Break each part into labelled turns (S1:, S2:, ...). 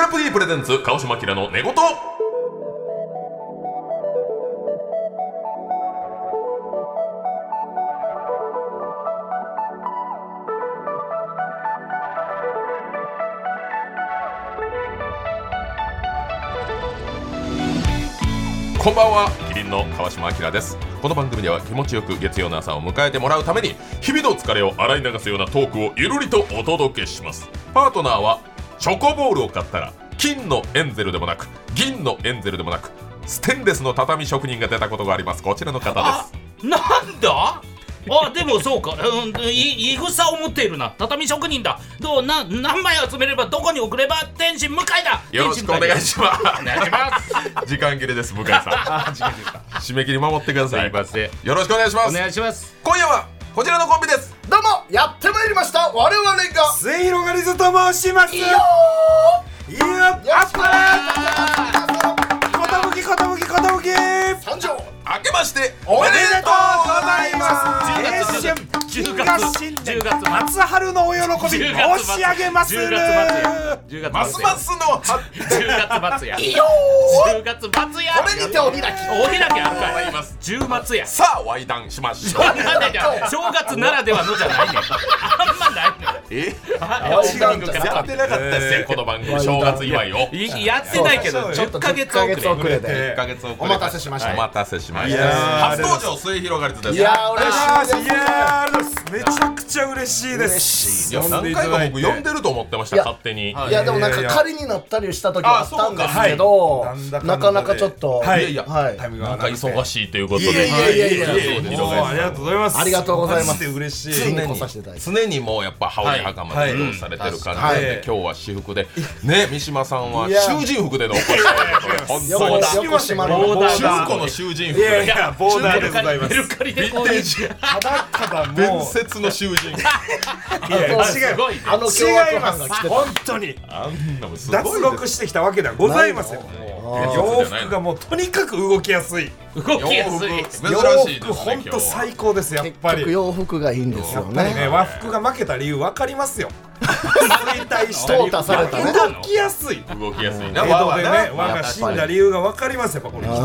S1: ルプ D プレゼンツ川島明の寝言こんばんはキリンの川島明ですこの番組では気持ちよく月曜の朝を迎えてもらうために日々の疲れを洗い流すようなトークをゆるりとお届けしますパートナーはチョコボールを買ったら金のエンゼルでもなく銀のエンゼルでもなくステンレスの畳職人が出たことがありますこちらの方です
S2: あなんだあでもそうか、うん、いいい草を持っているな畳職人だどうな何枚集めればどこに送れば天心向井だ
S1: よろしくお願いします。
S3: ます。
S1: 時間切れです、向井さ
S3: あ、時間ですか。
S1: ん。締め切り守ってください。
S3: すいません
S1: よろしくお願いしま
S3: お
S1: す。
S3: 願いします。
S1: 今夜はこちらのコンビです。
S4: どうもやってまいりました我々が
S5: 末広がりずと申します。いいよー。
S4: よ
S5: あ
S4: ろ
S5: っ
S4: しくお
S5: ぱ
S4: 願いし
S5: ー。ことぶきことぶきことぶき。
S4: ます誕生
S1: 明けまして
S5: お
S1: おめ
S5: め
S1: で
S5: で
S1: と
S5: と
S1: う
S5: う
S1: ご
S5: ご
S1: ざ
S5: ざ
S1: い
S5: い
S1: ま
S5: ます。
S2: 10
S5: 青春
S2: 10
S5: 金
S2: 月
S5: 河新年
S2: 10月
S5: 松春のお喜び
S2: 10月
S5: 申し上げます
S3: 10。月末よ。10
S1: す。ま
S3: 月
S1: す
S3: 末
S1: ますの発
S3: よ。10月末や。
S4: いいよ
S3: 10月末や。
S4: これにてお開
S3: お
S4: き
S3: 開きある
S1: 表
S3: か
S1: がい
S3: い。
S1: ます。
S3: 10末や。
S1: さあ、ワイダンしましょう。
S3: なんでじゃあ正月ならではのじゃないねん。あんまないねん。
S1: え
S3: あオープニングから
S1: やってなかったですよ、この番組、正月祝いを。
S3: いやってないけど、
S4: ちょっ
S3: 10
S4: と
S3: ヶ
S4: 10
S3: 月遅
S4: ヶ
S3: れ。
S4: 月遅れ
S1: えー
S4: で
S1: 1ヶ月遅れ
S4: お待たせしました
S1: はいお待たせしまし
S5: いや
S1: た。
S5: ー
S1: 初登場、末広がりずです。
S4: いやー嬉しい
S5: い
S4: です
S5: やーめちゃくちゃ嬉しいです。
S1: いや何回か僕呼んでると思ってました、
S4: いや
S1: 勝手に。
S4: いやでもなんか仮になったりした時はあ
S1: あ
S4: っ
S1: そ
S4: た
S1: うんか
S4: ですけど
S5: はいなんだかんだ
S4: な
S5: で
S4: かなかちょっと
S5: はい
S1: いやいや
S4: はい
S5: タイムが
S1: なんか
S5: 合わなくて
S1: 忙しいということで。
S4: いやいやいやいや
S1: はい
S5: もう
S1: 広がりず
S5: ありがとうございます。
S4: ありがとうございます
S5: マジで嬉しい。
S4: ついに来させていただいて
S1: 常にもうやっぱ羽織袴で移動されてる感じで、
S5: はい
S1: 今日は私服で、ね三島さんはい
S4: や
S1: 囚人服でのお越しで本
S4: よ
S1: 当に
S4: くよくしまり
S3: ボーダー
S1: 中古の囚人服
S5: いや
S1: で
S5: いやボーダーでございま
S3: メ
S5: す。
S3: ルカリでこういう。す
S5: 裸だも う
S1: 伝。説の囚人服
S5: いやいや違う。
S3: ごいね。
S4: あの
S5: 違
S4: 共和
S5: い
S4: 党
S5: ま
S4: 班が
S5: す
S4: 来て
S5: 本当に
S1: あんなもんすご
S5: 脱
S1: い
S5: 獄
S1: です
S5: してきたわけではございません
S4: ない
S5: 洋服がもうとにかく動きやすい
S3: 動きや
S1: 洋服
S3: すい。
S5: 洋
S1: 珍しいですね
S5: 服ほん
S1: 今日
S5: と
S1: は
S5: 最高ですやっ
S4: 結
S5: ぱり
S4: 局
S5: や
S4: 洋服がいいんですよ
S5: っぱりね
S4: ね
S5: 和服が負けた理由分かりますよ衰退した理
S4: 淘汰されたね
S5: 由動きやすい
S1: 動きやすい
S5: 江
S1: な
S5: 戸でね
S1: わわな
S5: 和が死んだ理由が分かりますやっぱこれ着てるん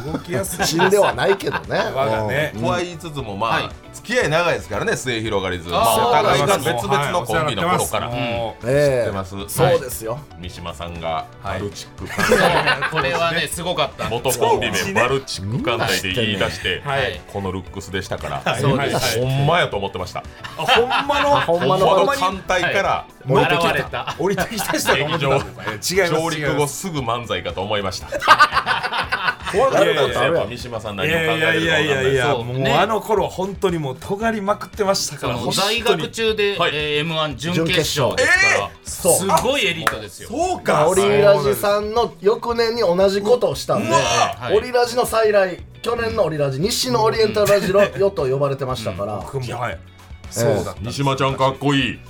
S5: でね動きやすい
S4: 死んではないけどね
S5: 和がね
S1: とは言いつつもまあ、
S3: はい
S1: 付き合い長いですからね末広がりずま
S3: あ
S1: あ
S3: ー
S1: お互いが
S5: そうです
S1: 別々のコンビの頃から、
S5: はいお世話になってますもう
S1: 知ってま
S4: え
S1: す、
S4: えそうですよ
S1: 三島さんがバルチッ ク
S3: そう
S1: 艦
S3: これはね、すごかった。
S1: 元コンビ名バルチック艦隊で言い出して、
S3: はい
S1: このルックスでしたから、
S3: そうです
S1: はいほんまやと思ってました
S5: あほんまの
S4: ほんまの
S1: ほ
S4: ほ
S1: んま
S4: んま
S1: の
S4: に
S1: 艦隊から
S4: 戻ってきた
S3: 現れた。
S5: 降りてきた人だと思ってたんですね違います
S1: 上陸後すぐ漫才かと思いました
S5: 怖
S1: な
S5: かっ
S1: る
S5: た
S1: ほ
S5: です
S1: どやっぱ三島さんないりの考
S5: や
S1: え
S5: いやいやいやい
S1: る
S5: や、
S3: そう
S5: もう
S3: ね
S5: あの頃本当にもう尖りまくってました
S3: そ
S5: から
S3: の
S5: 本
S3: 在
S5: 当
S3: 学
S5: に
S3: 中で、
S1: はい
S3: えー M1 準決勝ですから、
S4: そう
S3: すごいエリートですよ。
S5: そう
S4: オリラジ
S5: ん
S4: さんの翌年に同じことをしたんで、
S3: はい
S4: オリラジの再来去年のオリラジ西のオリエンタルラジロよと呼ばれてましたから、
S5: 僕もはいそうだった
S1: 三島ちゃんかっこいい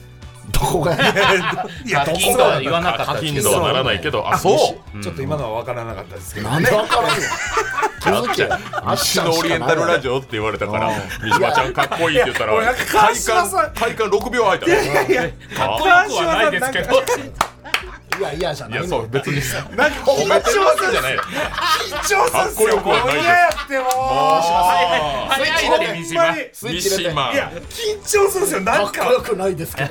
S4: どこ が
S5: い
S3: 課
S5: どこ
S3: 金とは言わなかった
S1: 課
S3: です
S1: 金
S3: け
S1: とは
S3: ど、
S1: ならないけどあそう
S5: ちょっと今のは分からなかったですけど
S4: なんでわからんよ気づけあっ
S1: 西のオリエンタルラジオって言われたから三島ちゃんかっこいいって言った
S5: いや
S1: ら
S5: 俺川
S1: 体
S5: 島
S1: 感
S5: さん
S1: 体感6秒空いたの
S5: いやいや
S3: かっこよくはないですけど、
S4: オいやいやじゃ
S1: い
S4: ない
S1: や
S4: の
S1: そう別にさ
S5: なんか緊
S1: 褒め
S5: 張
S1: てるわけ
S5: す
S1: じ
S5: る
S1: ゃない
S5: 緊張するんす
S1: かっ
S5: よ
S1: こ
S5: もう
S1: よくはないです
S5: 嫌やっても
S3: 早いね、三
S1: あ
S5: うほんま
S3: 島
S5: に。
S4: スイ
S1: 三
S4: ッチ入れて
S1: 島
S5: いや緊張するんすよな
S4: か
S5: ん
S4: っこよ
S5: か
S4: くないですけど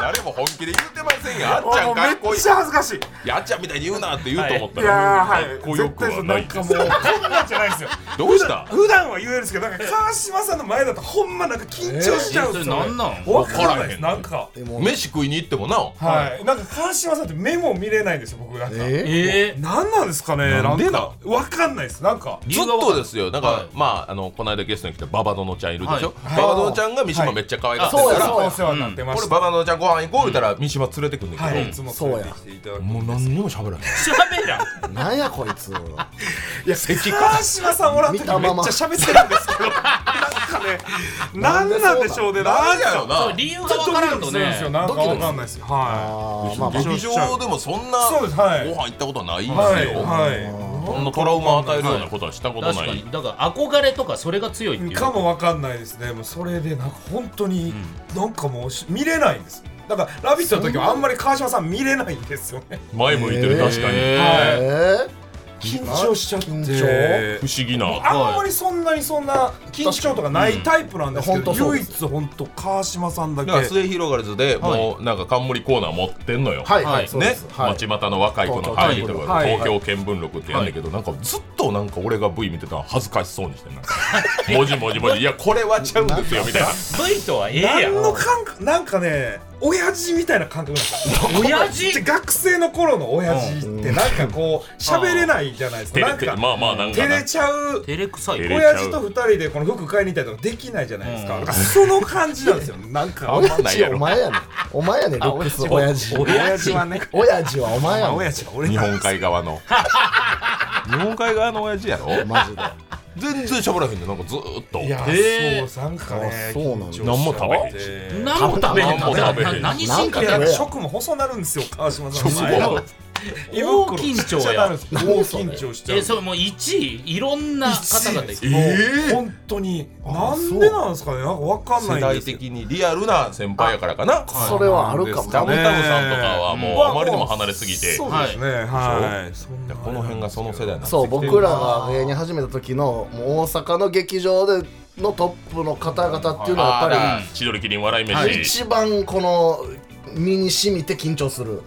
S1: 誰も本気で言ってませんよあっちゃ
S5: も
S1: ん
S5: う
S1: か
S5: め
S1: っこい
S5: っ
S1: い
S5: ちゃ恥ずかしい
S1: いやあっちゃんみたいに言うなって言うと思った
S5: いや
S1: ら
S5: ーは
S1: かっ
S5: い
S1: こよくはないです
S5: 絶対そうなんかもうこんなんじゃないですよ
S1: どうした
S5: 普段は言えるんですけどなんか川島さんの前だとほんまなんか緊張しちゃうんですよ、
S3: えーそれなんなん
S5: 分から
S1: わから
S5: な
S1: へ
S5: い
S1: ん
S5: なんか
S1: 飯食いに行ってもな
S5: はいなんか川島さんって目も見れないんですよ僕なんか、
S4: え
S3: えー
S5: なんなんですかね
S1: なんでなん
S5: か分かんないですなんか
S1: ずっとですよ、なんか、
S3: はい
S1: まあ、あの、この間ゲストに来たババドノちゃんいるでしょ、
S3: は
S1: ババドノちゃんが三島めっちゃ可愛がってるか
S4: そう
S1: ら、
S4: やそう
S5: お
S4: や
S5: 世話になってま
S1: これ
S5: し
S1: ババドノちゃんご飯行こう言ったら、三島連れてくんだ
S5: た、
S1: けど、
S5: はいいつも連れてきていただく
S1: もう何にも喋ら ない。
S3: しゃべらん。
S4: なんやこいつ
S5: いや川島さんおらん時めっちゃ
S4: 見たまま
S5: 喋ってるんですけどなんかねなんなんでしょうね
S1: なん
S5: で
S1: やろう
S3: そ
S1: な
S3: う。理由が
S5: ちょっ
S3: わ
S5: と
S3: か
S5: ドキ
S3: ら
S5: ド
S3: ん
S5: キ
S3: と
S5: するんですよ
S3: ね。
S5: なんかわかんないですよは
S4: あーまあまあ
S1: 劇場でもそんな
S5: そうですはい
S1: ご飯行ったことないです
S5: い
S1: よ。
S5: はいはい
S1: そんなトラウマ与えるようなことはしたこと
S3: 確
S1: な
S3: か
S1: い。
S3: に、だから憧れとかそれが強いっていう。
S5: かもわかんないですねもうそれでなんか本当に、なんかもうし見れないんですだから「ラビット!」の時はあんまり川島さん見れないんですよね
S1: 前向いてる
S4: えー
S1: 確かに
S2: え
S4: え
S5: 緊張しちゃって
S4: 緊張
S1: 不思議な
S5: あんまりそんなにそんな緊張とかないタイプなんですけど、
S4: 確かにうん
S5: 唯一本当川島さんだけ
S1: だから末広がりずでもうなんか冠コーナー持ってんのよ、
S4: はいは
S2: はいい
S4: そうで
S1: ね
S4: す、はい
S1: 町股の若い子の会議とか、
S5: はい
S1: 東京見聞録ってやんだけど、なんかずっとなんか俺が V 見てたら恥ずかしそうにしてんなんか 文字文字文字いやこれはちゃうんですよみたいな
S3: V とはええや
S5: 何
S3: ん
S5: の感覚なんかね親父みたいな感覚なんですよ
S2: 親
S5: で
S2: 父
S5: 学生の頃の親父ってなんかこう喋れないじゃないですか
S1: 照
S5: な
S1: れ
S5: ん
S1: て
S5: か
S1: まあまあなんか
S5: 照
S1: な
S5: れちゃう
S2: 照れくさい
S1: 照れ
S5: 親父と二人でこの服買いに行ったりとかできないじゃないですか,、その感じなんですよなんか
S1: あんまな
S4: 親
S1: い
S4: 父
S1: や
S4: はお
S1: ろ
S4: 前やねんお前やねんルックス親父
S5: 親父はね
S4: 親父はお前や
S5: あ
S4: ね
S5: 親
S4: ん
S5: 父は俺
S1: 日
S5: なんです
S1: 本海側の 日本海側の親父やろ
S4: マジで
S1: 全然しゃべらへんでなんかずーっと
S5: いや
S2: え
S5: そうなんかね
S4: あそうなんだ
S5: 緊張しちゃ
S1: 何も食
S2: 何も
S5: って
S2: 食べへん
S1: 何も食べへん
S2: な何
S4: な
S2: し
S4: ん
S2: ん
S4: か
S2: か
S5: い
S2: で
S4: 食
S5: や
S4: べ
S5: 食も細なるんですよ川島さん
S1: 食
S5: 前
S1: 後
S5: 胃袋
S2: 大緊張や
S5: ちっちゃなるんです大緊張しちゃう
S2: えそれもう1位いろんな方々い
S5: 一
S2: る
S5: 位ですもう本当になんでなんですかねなんかわかん
S1: 世
S5: ないん
S1: 代
S5: ですけど
S1: 的にリアルな先輩やからな
S4: それはあるかも
S1: ダ
S4: な
S1: ブタブさんとかはもうあまりにも離れすぎて
S5: そう
S2: はい
S5: ですねはいそんな
S1: この辺がその世代なん
S4: そう僕らが芸人始めた時のもう大阪の劇場でのトップの方々っていうのはやっぱ
S1: あー千鳥麒麟笑い飯、
S4: り一番この身に染みて緊張する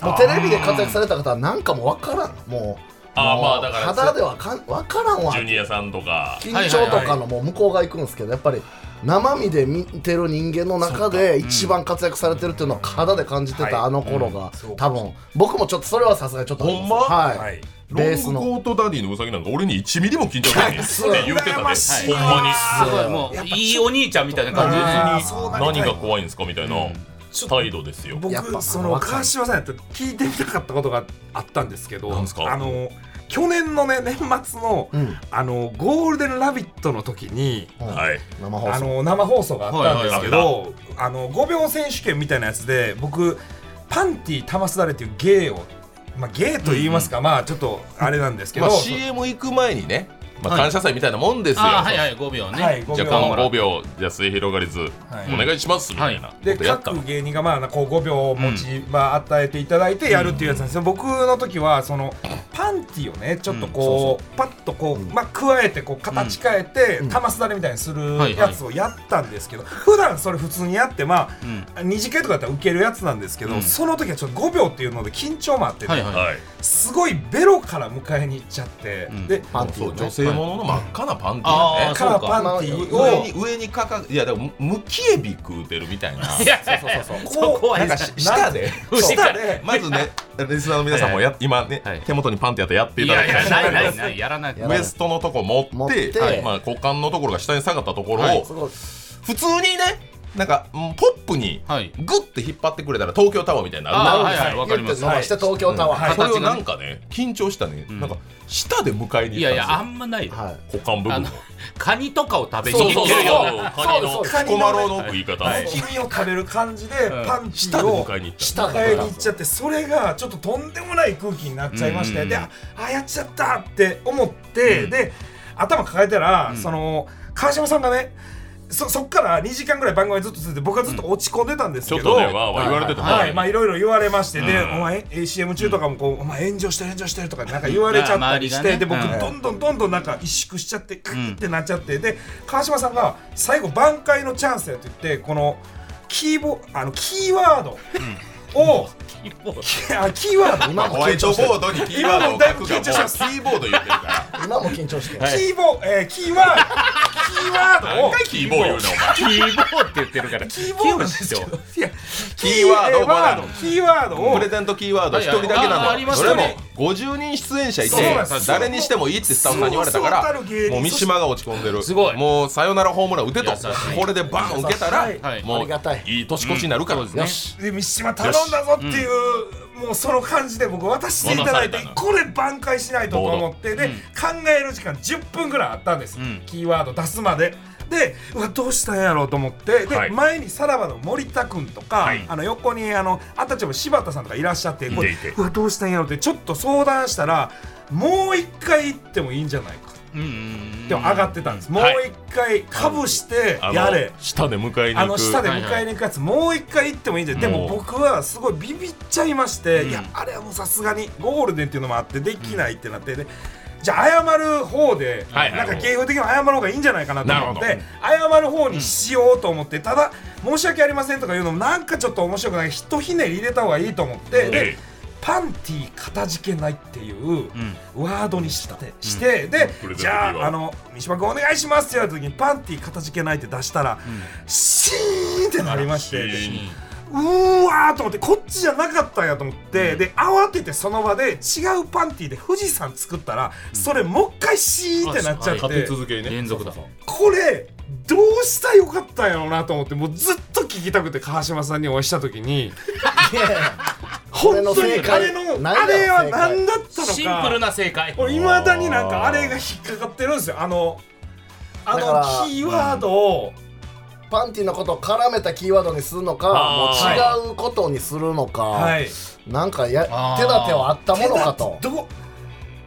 S4: もうテレビで活躍された方はなんかもう分からんもう
S1: あー
S4: もう
S1: まあだから
S4: 肌ではかん分からんわ
S1: ジュニアさんとか
S4: 緊張とかのもう向こうが行くんですけどやっぱり生身で見てる人間の中で一番活躍されてるっていうのを肌で感じて
S5: はい
S4: たあの頃が
S5: そう
S4: 多分僕もちょっとそれはさすがにちょっとありす
S1: ほんま
S4: は
S5: はいい
S1: ロ
S4: ベー
S1: ン
S4: ス
S1: グ
S4: の
S1: コートダディのウサギなんか俺に1ミリも緊張せえへんって言うてたで、
S5: 羨まし
S1: ほんまに
S2: すごいもういいお兄ちゃんみたいな感じで
S5: あーそうなりたい
S1: 何が怖いんですかみたいな態度ですよ
S4: やっぱ
S5: 僕その川島さんやったら聞いてみたかったことがあったんですけど
S1: なんすか
S5: あの去年のね年末の
S4: うん
S5: あのゴールデンラビットの時に
S1: はい
S4: 生放
S5: あ
S4: 送
S5: の生放送があったんで
S1: は
S5: すけ
S1: い
S5: どあの5秒選手権みたいなやつで僕パンティ玉すだれっていう芸をまあ芸と言いますかまあちょっとあれなんですけ
S1: ま
S5: ど
S1: あ CM 行く前にね、まあ、
S2: はい
S1: 感謝祭みたいなもんですよ、
S2: あーはいはい5秒ね、
S5: はい
S1: じゃあ
S5: 5
S1: この
S5: 秒
S1: 5秒じゃあ末広がりず、お願いしますみたいなこと
S5: で
S1: やったの
S5: 各芸人がまあこう5秒を持ち、まあ、与えていただいてやるっていうやつなんですよ、僕の時はそのパンティをねちょっとこう,、パッとこう、まあ、加えてこう形変えて、玉すだれみたいにする
S2: はい
S5: やつをやったんですけど、普段それ普通にやってまあ、二次会とかだったらウケるやつなんですけど、
S2: うん
S5: その時はちょっと5秒っていうので緊張もあってね、
S2: はいはい
S1: はい
S5: すごいベロから迎えに行っちゃって、
S2: うん
S5: で
S4: パンティ
S1: そう
S4: ー
S1: 女
S4: ね
S1: 性ものの真っ赤なパンティーや
S2: あ
S1: ね
S2: ー
S5: からパンティーを
S1: 上に上にかかいやでもむきエビ食うてるみたいな
S5: そうそうそう
S2: そこは
S5: こ
S1: なんかし舌で
S5: う舌で
S1: まずねリスナーの皆さんもや今ね、
S2: はい
S1: 手元にパンティーやってやってい
S2: い
S1: ただ
S2: や
S1: き
S2: い
S1: たい
S2: やないないないやらない
S4: や
S1: ウ
S4: ら
S1: エストのとこ持って
S4: 持って
S1: はいまあ、股間のところが下に下がったところを、
S2: はい
S4: すごい
S1: 普通にねなんかうんポップに
S2: はい
S1: グッて引っ張ってくれたら東京タワーみたいになる
S2: あ
S1: な
S2: ーはいはいわかりま
S4: ギュッ
S2: す
S4: て伸ばして東京タワー
S5: はい
S1: それ
S2: 形
S1: を
S2: が
S1: な
S2: ね
S1: んかね緊張したね、なんか舌で迎えに
S2: い
S1: 行
S2: や
S1: っ
S2: いやあ
S1: たん
S2: んまないよ
S4: はい
S1: ですよ股間部分
S2: あ
S1: を
S2: のカニとかを食べ
S1: そう
S2: に
S1: そ
S2: 行
S1: う
S2: け
S1: そう
S2: るような
S1: カニの
S4: そうそう
S1: 彦摩呂の食い方、
S5: 黄身を食べる感じで、
S2: ん
S5: パンティ
S1: 舌
S5: ー
S1: で
S5: を
S1: 迎えに行った
S4: 舌
S5: 抱えに行っちゃってそれがちょっととんでもない空気になっちゃいまして、
S2: うん
S5: でああやっちゃったって思って、で頭抱えたら、その川島さんがねそそっから2時間ぐらい番組ずっと続いて僕はずっと落ち込んでたんです
S1: ちょ
S5: け
S1: っ
S5: ど、
S1: とねわーわー言われてた、
S5: はいまあいろいろ言われまして、で
S1: うん
S5: お前え CM 中とかもこう、お前炎上してる炎上してるとかなんか言われちゃったりして、
S2: うん
S5: で僕
S2: 周りがね
S5: どんどんどんどんなんか萎縮しちゃってクーってなっちゃって、で川島さんが最後挽回のチャンスやって言ってこのキーボあのキーワードを、キあキーワード
S1: まあ、
S4: 今
S1: ホ
S4: も
S1: ワイ
S4: 緊
S1: ト
S4: 張して
S1: ボー
S4: る
S1: ドにキーワードを書くがもう
S5: 今もだいぶ緊張してます
S1: キーボード言ってるから
S4: 今も緊張してる
S5: キーボ、えー、キーワードキーワード
S1: 何
S5: を
S1: 回キーボー言うねお前
S2: キーボーって言ってるから
S5: キーボードですよいや
S1: キーワードを学ぶ
S5: キーワードを
S1: プレゼントキーワード一人だけ
S2: はいはいあ
S1: な
S2: あ
S1: の
S2: り
S1: よ
S2: ます
S1: そ
S2: ね
S1: れも50人出演者いて
S5: そうなんです
S1: 誰にしてもいいってスタッフさんに言われたか
S5: そうそうたる芸
S1: ら
S5: 人
S1: もう三島が落ち込んでる
S2: すごい
S1: もうサヨナラホームラン打てと
S2: 優しい
S1: これでバン受けたら
S5: はい
S2: はい
S1: も
S4: ありがたいう
S1: いい年越しになるから
S2: うんそうですね
S5: で三島頼んだぞっていう、もうその感じで僕渡していただいて
S2: 戻されたの
S5: これ挽回しないとと思ってで、考える時間10分ぐらいあったんです、
S2: ん
S5: キーワード出すまで。でうわどうしたんやろうと思ってで、
S1: はい
S5: 前にさらばの森田君とか、
S1: はい
S5: あの横にあのあたちゃんも柴田さんとかいらっしゃってこれ
S1: いていて
S5: うわどうしたんやろうってちょっと相談したらもう一回行ってもいいんじゃないか
S2: うんうん
S5: でも上がってたんです、もう一回かぶして
S1: あの
S5: やれ
S1: 下で迎えに
S5: あ
S1: 行
S5: の
S1: く
S5: 下で迎えに行くやつもう一回行ってもいいんで、で
S1: も
S5: も
S1: う
S5: 僕はすごいビビっちゃいまして、
S2: うん
S5: いやあれはもうさすがにゴールデンっていうのもあってできないってなってでじゃあ謝る方で、
S1: はいはい
S5: なんか芸風的にも謝る方がいいんじゃないかなと思っ
S1: な
S5: て謝る方にしようと思って、ただ申し訳ありませんとか言うのもなんかちょっと面白くないひとひねり入れた方がいいと思って、で
S1: え
S5: パンティーかたじけないっていう
S2: うん
S5: ワードにしたてして、で
S1: プレゼント
S5: じゃ
S1: いい
S5: あ
S1: わ
S5: あの三島君お願いしますって言われた時にパンティーかたじけないって出したら、シーンってなりまして
S1: シーン
S5: うーわーと思ってこっちじゃなかったんやと思って、で慌ててその場で違うパンティーで富士山作ったら、それもう一回シーンってなっちゃっ
S1: 立
S5: て
S1: て続けにね
S2: 連続だ
S5: これどうしたらよかったんやろうなと思ってもうずっと聞きたくて川島さんにお会いした時に。
S4: いやいや
S5: 本当にあ
S4: 俺
S5: れ
S4: の正解
S5: の
S4: 何や
S5: あれは
S4: 正解
S5: 何だったのか
S2: シンプルな正解
S5: 俺いまだになんかあれが引っかかってるんですよあのあ
S4: だから
S5: のキーワードを、
S4: パンティのことを絡めたキーワードにするの
S1: あ
S4: か
S1: ー
S4: もう違うことにするのか、
S5: はい
S4: なんかや
S2: あー
S4: 手立てはあったものか
S5: 手
S4: と
S5: 立てどこ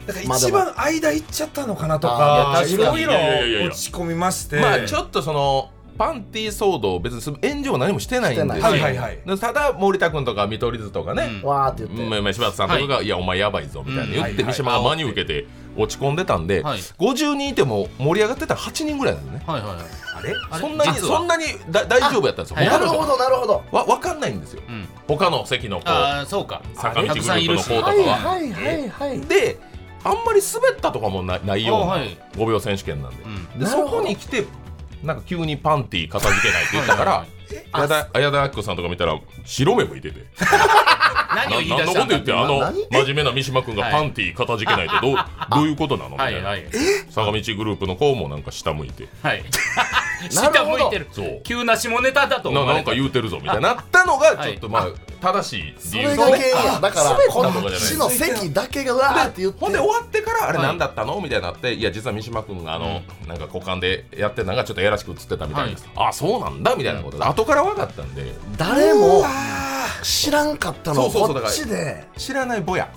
S5: だから
S4: まあで
S5: 一
S4: も
S5: 番間行っちゃったのかなと
S4: あ
S5: か
S4: ーいや
S5: い
S4: 確か
S5: ろ
S4: に
S5: い
S1: いやいやいやい
S5: ろ
S1: や
S5: 落ち込みまして
S1: まあちょっとそのパンティ騒動別にす炎上は何もしてないんです
S4: して
S1: よ、
S4: な
S5: はいはいはい
S1: でただ森田君とか見取り図とかね、
S4: わーって言って、
S1: まあまあ柴田さんとかが「いやお前やばいぞ」みたいな言って
S5: うん
S1: 三島が真に受けて落ち込んでたんで
S2: はい
S1: 50人いても盛り上がってたら8人ぐらいなんですね
S2: はいはいはい
S5: あれ
S2: あれ
S1: そんなに
S2: 実は
S1: そんなにだ大丈夫やったんですよ
S2: あ
S1: 他の
S4: なる
S1: 人
S4: ほどなるほど
S1: わ分かんないんですよ
S2: うん
S1: 他の席のこう
S2: ああそうか
S1: 坂道グル
S2: たくさん
S1: ー
S2: い
S1: プ
S2: る
S1: の
S2: し
S1: 方とか
S4: はい
S1: は
S4: はいはいはい
S1: であんまり滑ったとかもないないよう
S2: あ
S1: な
S2: はい
S1: 5秒選手権なんで
S2: うん
S1: で
S4: なる
S1: そ
S4: ほど
S1: こに来てなんか急にパンティー片付けないって言ったか
S2: はい
S1: ら
S2: はい
S1: 矢田綾田亜希子さんとか見たら白目向いてて
S2: 何を言い出
S1: 何
S2: し
S1: のこ
S2: た
S1: と
S2: んだ
S1: 言ってあの真
S4: 何
S1: 面目な三島君がパンティー片付けないってどうどういうことなのみ
S2: は
S1: たい
S2: い
S1: な
S2: はい
S1: 坂道グループの子もなんか下向いて
S2: はい
S4: な る
S2: 下
S4: ほ
S2: 向
S4: ど
S2: いてる
S1: そう
S2: 急な下ネタだと思
S1: な
S2: わ
S1: な
S2: れ
S1: ん
S2: た
S1: か言うてるぞみたいになったのが
S2: は
S1: ち
S2: い
S1: ょっとまあ正しい
S4: そ
S1: 理
S4: れ
S1: 由
S4: が
S1: で
S4: 原因やだからこ
S1: 滑ったと
S4: の
S1: かじゃない
S4: 岸の席だけがうわーって言って
S1: ほんで終わってからあれ
S2: はい
S1: 何だったのみたいになっていや実は三島君があのなんか股間でやってるのがちょっとやらしく映ってたみたいですあそうなんだみたいなことで後から分かったんで
S4: 誰も知らんかったの
S1: そうそうそう
S4: こっちで
S1: 知らないぼや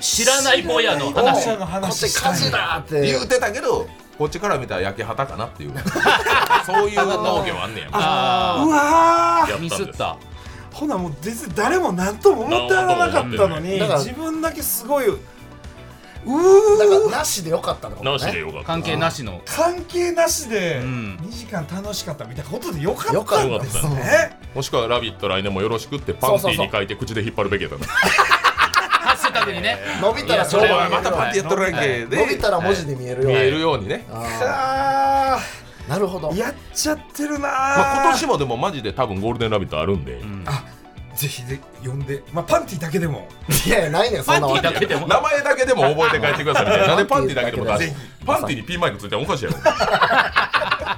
S2: 知らないぼやの話
S5: 知らない
S4: こ
S5: の
S4: っ
S5: 話
S4: ち
S5: したい
S4: 火事だって
S1: 言うてたけどこっちから見たら焼け畑かなっていうそういう農業あんねやみたいな
S2: あ
S5: うわ
S1: や
S2: あ
S1: ったん
S2: ミ
S1: です
S2: スった
S5: ーほなもう全然誰も何とも思ってなかったのに
S4: だから
S5: 自分だけすごいう
S4: だか
S5: ー
S4: らなしでよかったのか
S1: 直
S4: も
S1: しで
S4: ね
S1: よかった
S2: 関係なしの
S5: 関係なしで
S2: ん
S5: 2時間楽しかったみたいなことでよかったん
S1: よ
S5: で
S1: かっ
S5: す
S1: た
S5: ね
S1: もしくは「ラビット!」来年もよろしくってパンティーに書いて口で引っ張るべきやったな
S2: ハッシュタグにね
S4: 伸びたらそう
S2: いやそれは
S1: またパンティーやっとるやんけ
S4: 伸び
S1: で
S4: たら文字で見えるよ
S1: 見
S4: うに
S1: えるようにね
S4: あ
S5: あ
S4: ーなるほど
S5: ーやっちゃってるなー、
S1: まあ今年もでもマジで多分ゴールデンラビットあるんで、
S5: ぜひぜひ呼んで、まあ、パンティだけでも
S4: いやいやないねんそんなわ
S2: だ
S4: け
S2: けでも
S1: 名前だけでも覚えて帰ってくださいみたいななんでパンティだけでも出
S4: ぜ
S1: しパンティにピンマイクついておかしいや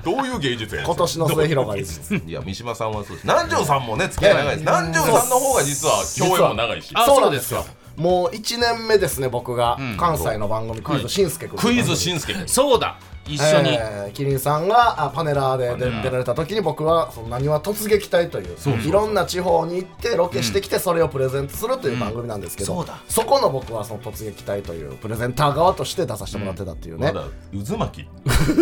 S1: ろどういう芸術やねん
S4: 今年の末広がりです
S1: いや三島さんはそうです南條さんもね付き合い長いです南條さんの方が実は共演も長いし
S2: あ
S4: そうな
S2: そ
S4: ん
S2: う
S4: で
S2: ですす
S4: よ
S2: よ
S4: もう1年目ですね僕が
S2: ん
S4: 関西の番組クイズしんすけ君
S1: クイズしんすけです
S2: そうだ一緒に
S4: えーキリンさんがあパネラーで出出られた時に僕はそのなにわ突撃隊といういろんな地方に行ってロケしてきてそれをプレゼントするという番組なんですけど、
S2: うんそうだ
S4: そこの僕はその突撃隊というプレゼンター側として出させてもらってたっていうね、
S1: まだ渦巻き
S4: 渦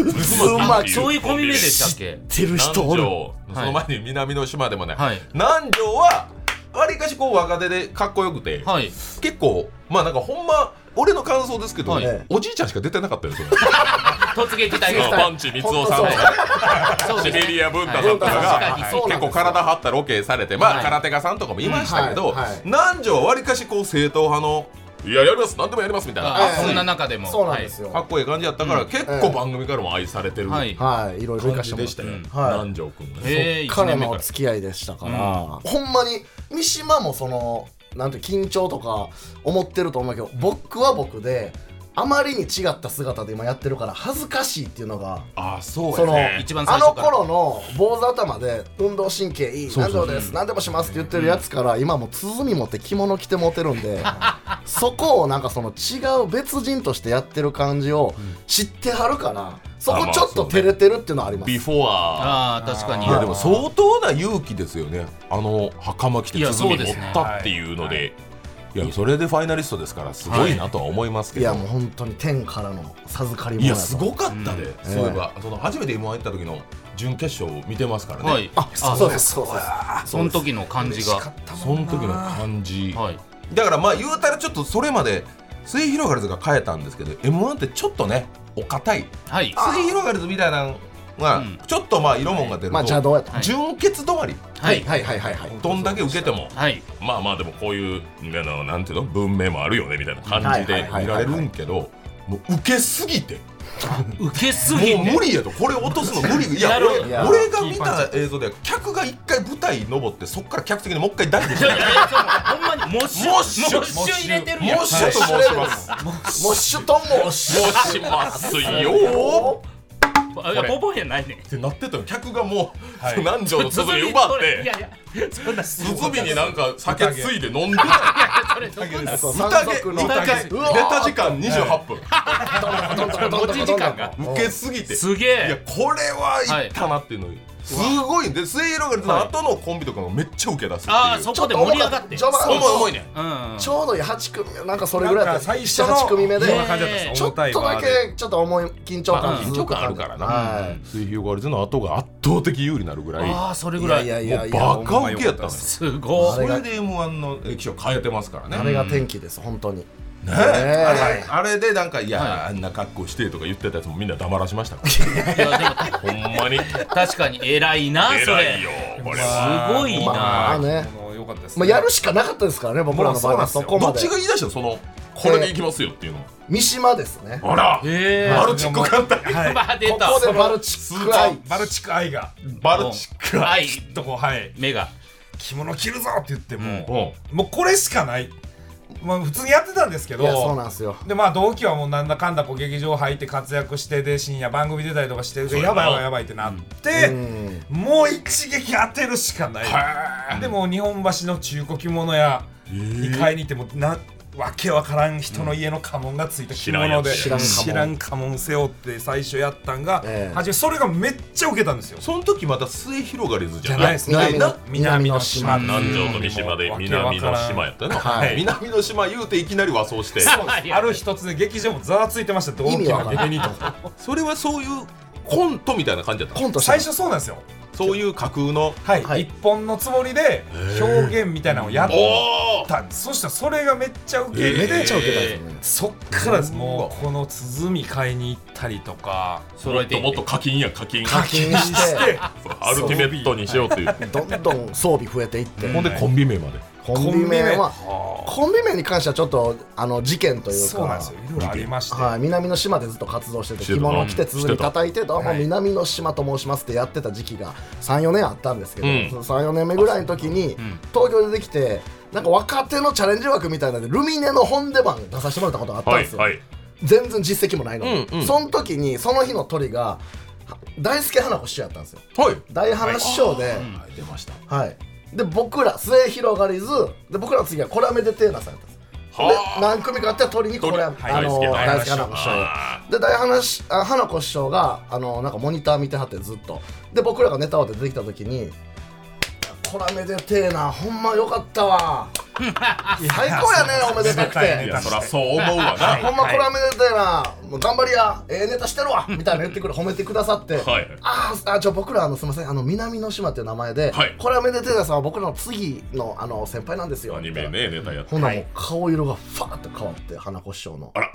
S4: 巻き
S1: ってい
S2: そういうコンビ名でしたっけ
S4: 知ってる人おる
S1: 南條その前に南の島でもね、
S2: はい
S1: 南條はわりかしこう若手でかっこよくて、
S2: はい
S1: 結構まあなんかほんま俺の感想ですけど、
S2: はい
S1: おじいちゃんしか出てなかったですよ
S2: 突撃隊
S1: まあパンチ光雄さんとか
S2: そう
S1: シ
S2: で
S1: ベ
S2: すね
S1: リア文太さんとか
S2: はい
S1: が結構体張ったロケされてま
S2: は
S1: あ
S2: い
S1: 空手家さんとかもいましたけ
S4: う
S1: ど
S4: んはいはい
S1: 南條はわりかしこう正統派の「いややります何でもやります」みたいな
S2: あ
S4: はい
S2: そんな中でも
S4: そうなんですよ
S1: かっこいい感じやったから結構番組からも愛されてる
S2: は
S1: 感
S2: い
S4: はいいろいろ生かし
S1: じ
S4: てもら
S1: で
S4: っ
S1: してたよ
S4: はい
S1: 南條君がね
S2: ええ
S4: そ
S2: 1
S4: っから
S2: 年目
S4: の
S2: か
S4: お
S2: ら
S4: 付き合いでしたから、ほんまに三島もそのなんて緊張とか思ってると思うんだけど僕は僕であまりに違った姿で今やってるから恥ずかしいっていうのが
S1: あそう
S4: そ
S1: や
S4: の
S1: ね
S2: 一番
S4: あ
S2: 最
S4: の
S2: 初から
S4: 頃の坊主頭で運動神経いい何でもです何でもしますって言ってるやつから今もう鼓持って着物着てモテるんで そこをなんかその違う別人としてやってる感じを知ってはるからそこちょっと照れてるっていうのはあります
S1: ビフォア
S2: ああ確かに
S1: いやでも相当な勇気ですよねあの袴着て
S2: いやそう
S1: 鼓
S2: で
S1: 持
S2: す
S1: っ
S2: ね
S1: たっていうのでいやそれでファイナリストですからすごいなとは思いますけ
S4: い
S1: ど、
S4: やもう本当に天からの授かり
S1: い
S4: 物
S1: や
S4: と
S1: すごかったで、そういえば、その初めて M1 行った時の準決勝を見てますからね、
S3: はいあ
S4: あそうですそうです
S3: その時の感じが
S1: その時の感じ、
S3: はい
S1: だからまあ言うたらちょっとそれまですゑひろがりずが変えたんですけど m 1ってちょっとねお堅い
S3: はい
S1: すゑひろがりずみたいなのが、
S3: うん
S1: ちょっとまあ色もんが出ると、
S4: まあ邪道やと
S3: はい
S1: 純潔止まり
S3: はい
S4: はいはいはいはい
S1: どんだけ受けても
S3: はい
S1: まあまあでもこういうあのなんていうの文明もあるよねみたいな感じで
S4: はいはいはいはい
S1: 見られるんけどもう受けすぎて
S3: 受けす
S1: も
S3: ぎ
S1: う
S3: て
S1: 無理やとこれ落とすの無理いや
S3: なるほど
S1: 俺
S4: いや
S1: 俺が見た映像では客が一回舞台に登ってそっから客席にもう一回ダイブしてる
S3: ほんまにモッシュ
S1: モッシュ
S3: モッシュ入れてる
S1: も
S3: やん
S1: うしと申します
S4: モッシュとモッシ
S1: もしますよ
S3: あいやボボンやないねん
S1: ってなってたの客がもう、
S5: はい
S1: 南條の鼓奪っ
S3: い
S1: て
S3: やいやそんなすごい
S1: 鼓になんか酒ついで飲んで
S3: それどこ
S4: ュそう
S1: 宴
S4: 山賊の
S1: 宴
S4: 宴うわ
S1: ネタ時間28分
S4: 持
S3: 持ち時間が
S1: 受けすぎて
S3: すげ
S1: いや
S3: え
S1: これはいったなっていうのすごいで末広がりの後のコンビとかもめっちゃ受け出すっていう
S3: ああそこで盛り上がって
S4: ちょっと
S1: 重い重いね
S3: うん
S4: ちょうどいい8組なんかそれぐらいだった
S5: なんか最初の
S4: 7 8組目で
S5: そんな
S3: ね
S5: 感じだったんです
S4: ちょっとだ
S5: 重たいバーで
S4: けちょっと重い緊張
S1: ま
S4: 感
S1: あ緊張感あるからな
S4: はい
S1: 末広がりの後が圧倒的有利になるぐらいも
S3: ああそれぐ
S4: い
S3: ら
S4: や
S3: い
S4: いやいや
S1: う
S4: いや
S1: バカ受けやったのよそ
S3: すご
S4: あれ
S1: れで m 1の歴史を変えてますからね
S4: あれが天気です本当にねえ
S1: はいあれでなんか「いや、あんな格好して」とか言ってたやつもみんな黙らしましたから
S3: いいやでも
S1: ほんまに
S3: 確かに偉いなそ
S1: 偉
S3: れ
S1: いよこれ
S3: す
S1: は
S3: ごい
S4: まあ
S3: な
S4: ね
S5: もう良かったです
S4: ま
S5: ね
S4: あやるしかなかったですからね僕らの場合
S5: も
S4: は
S5: うそう
S4: そ
S5: な
S1: どっ
S4: こま
S5: んですよ
S4: で
S1: ちが言い出したのそのこれでいきますよっていうの
S4: 三島ですね
S1: あら
S3: へえ
S1: マルチック艦隊
S5: はい
S3: まあ出
S4: こ
S3: た
S4: こでバルチックアイ
S5: バルチック愛が
S1: バルチック
S3: は
S1: 艦
S3: い
S5: きっとこうはい
S3: 目が
S5: 着物着るぞって言っても、
S1: うん
S5: もうこれしかないまあ普通にやってたんですけ
S4: い
S5: ど
S4: やそうなんですよ
S5: でまあ同期はもうなんだかんだこう劇場入って活躍してで深夜番組出たりとかして
S1: うや
S5: や
S1: な
S5: ばいやばいやばいってなって、もう一撃当てるしかない、でもう日本橋の中古着物屋に買いに行ってもなわけわからん人の家の家紋がついた着物で、
S1: うん知
S4: らんやつ
S5: 知らん家紋背負って最初やったんが、
S4: ええ
S5: 初めそれがめっちゃウケたんですよ。
S1: その時また末広がりずじ
S5: じ
S1: ゃ
S5: ゃ
S1: な
S5: ない
S1: で
S5: いですすね
S4: 南の
S5: 南の島
S1: 南条と三島で南の島やったの、
S4: はい
S1: はい南の島言うていきなり和装して
S3: はい
S5: ある日突然劇場もざわついてました同
S4: 意
S5: 期
S4: 味わ
S5: が
S4: か
S5: 出
S4: ら
S5: て
S4: ん
S5: にと
S1: それはそういうコントみたいな感じだった
S4: コントして
S5: 最
S4: る
S5: 初そうなんですよ
S1: そういう架空の
S5: はい、
S4: はい
S5: 一本のつもりで表現みたいなのをやっ
S1: お
S5: たんです、そしたらそれがめっちゃウケて、
S4: めっちゃ受けたですね
S5: そっからです
S1: うわ
S5: もうこの鼓買いに行ったりとか
S3: 揃えてい
S1: もっと課金や課金
S4: 課金して
S1: アルティメットにしようという、
S4: どんどん装備増えていって
S1: ほんでコンビ名まで
S4: コンビ名は
S5: は
S4: コンビ名に関してはちょっとあの事件と
S5: あ
S4: いうか
S5: そうなんですよいろいろありまして、
S4: はい、南の島でずっと活動してて
S1: して
S4: 着
S1: たな
S4: 物を着て鼓に叩いてどうも
S5: はい
S4: 南の島と申しますってやってた時期が34年あったんですけど、
S1: うん
S4: その34年目ぐらいの時に東京でできてなんか若手のチャレンジ枠みたいなのでルミネの本出番出させてもらったことがあったん
S1: はい
S4: ですよ、
S1: はい
S4: 全然実績もないのに、
S1: うんうん
S4: その時にその日の鳥が大輔花子師匠やったんですよ
S1: はい
S4: 大花師匠で、
S1: 出ました
S4: はい、で僕ら末広がりずで僕らの次はコラメデテーナさんやったんです
S1: はあ
S4: で何組かあって鳥にこれ、
S1: 鳥はい
S4: あの
S1: 大
S4: 大
S1: 好
S4: 好
S1: き
S4: き
S1: な
S4: 花子師匠
S1: あ
S4: で大花しあ花子師匠があのなんかモニター見てはってずっとで僕らがネタを出てきた時に「こらめでてえなほんまよかっ たわ最高やねおめでたく
S1: い
S4: て
S1: やそらそう思うわな
S4: ほんまこらめでてえなもう頑張りやええネタして るわ」みたいな言ってくる褒めてくださって。
S1: はい
S4: あーあじゃあ僕らあのすみませんあの南の島っていう名前で、
S1: はい
S4: これはめでてえなさんは僕らの次のあの先輩なんですよ
S1: アニメねネタやって
S4: ほんならもう顔色がファーって変わって花子師匠の
S1: あら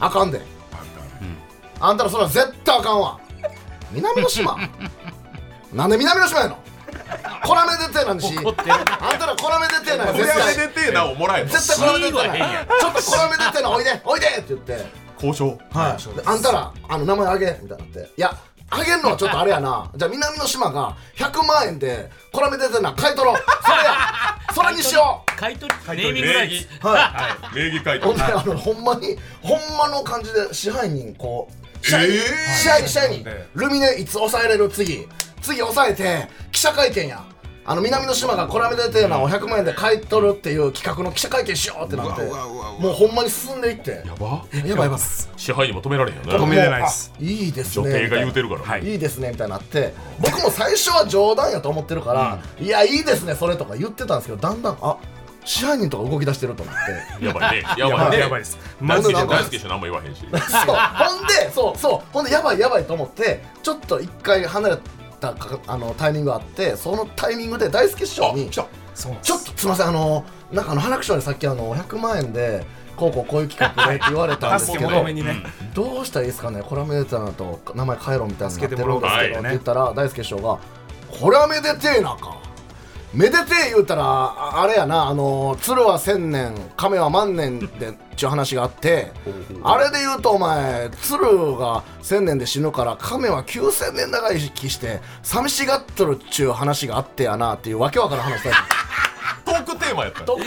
S4: あかんであんたらそれは絶対あかんわ南 の島なんで南の島やのこらめ出てえなんでしあんたらこらめ出てえなんや
S1: これ
S4: 絶対
S1: めでてえなをもらえと
S4: 絶対こらめ出てえなんやちょっとこらめ出てえなおいでおいでって言って
S1: 交渉
S4: はいであんたらあの名前あげみたいになっていやあげんのはちょっとあれやなじゃあ南の島が100万円でこらめ出てえな買い取ろうそれやそれにしよう
S3: 買い取りネーミングライツ
S4: はい
S1: 名義書いて
S4: ほんであのほんまにほんまの感じで支配人こう支配
S1: え
S4: 人、
S1: ー
S4: 支配人支配人
S5: で
S4: ルミネいつ抑えれる次次抑えて記者会見やあの南の島がコラム出てるのを100万円で買い取るっていう企画の記者会見しようってなってもうほんまに進んでいって
S1: やば
S4: いややばいやばい
S1: 支配にも止められへんよね
S5: 止めれないです
S4: もうあいいです
S1: 女
S4: ね
S1: 帝が言うてるから、
S4: いいですねみたいになって僕も最初は冗談やと思ってるから、いやいいですねそれとか言ってたんですけどだんだんあ支配人とか動き出してると思っ て。
S1: やばいねやばいね
S5: やばいです
S1: マジで
S4: ほんで
S1: 大好きでしょ何も言わへんし
S4: そうほんでそうそうほんでやばいやばいと思ってちょっと一回離れたかあのタイミングがあってそのタイミングで大輔師匠
S1: あ
S4: に
S1: 来た
S5: そうなんで
S4: ちょっ
S5: す
S4: とすみませんあのなんかあの花口でさっきあの500万円でこうこうこういう企画でって言われたんですけ
S5: 助け
S4: ど
S5: 求めにね、
S4: どうしたらいいですかねこれはめでたなと名前変えろみたいなのやっ
S1: 助け
S4: てるんですけ
S1: てもらおう
S4: ど
S1: か
S4: っ
S5: い
S4: て言ったら大輔師匠が「これはめでてえなか」めでてえ言うたらああれやなあの鶴は千年亀は万年でっちゅう話があってあれで言うとお前鶴が千年で死ぬから亀は九千年長生きして寂しがっとるっちゅう話があってやなっていうわけわからん話だった
S1: トークテーマやった
S4: と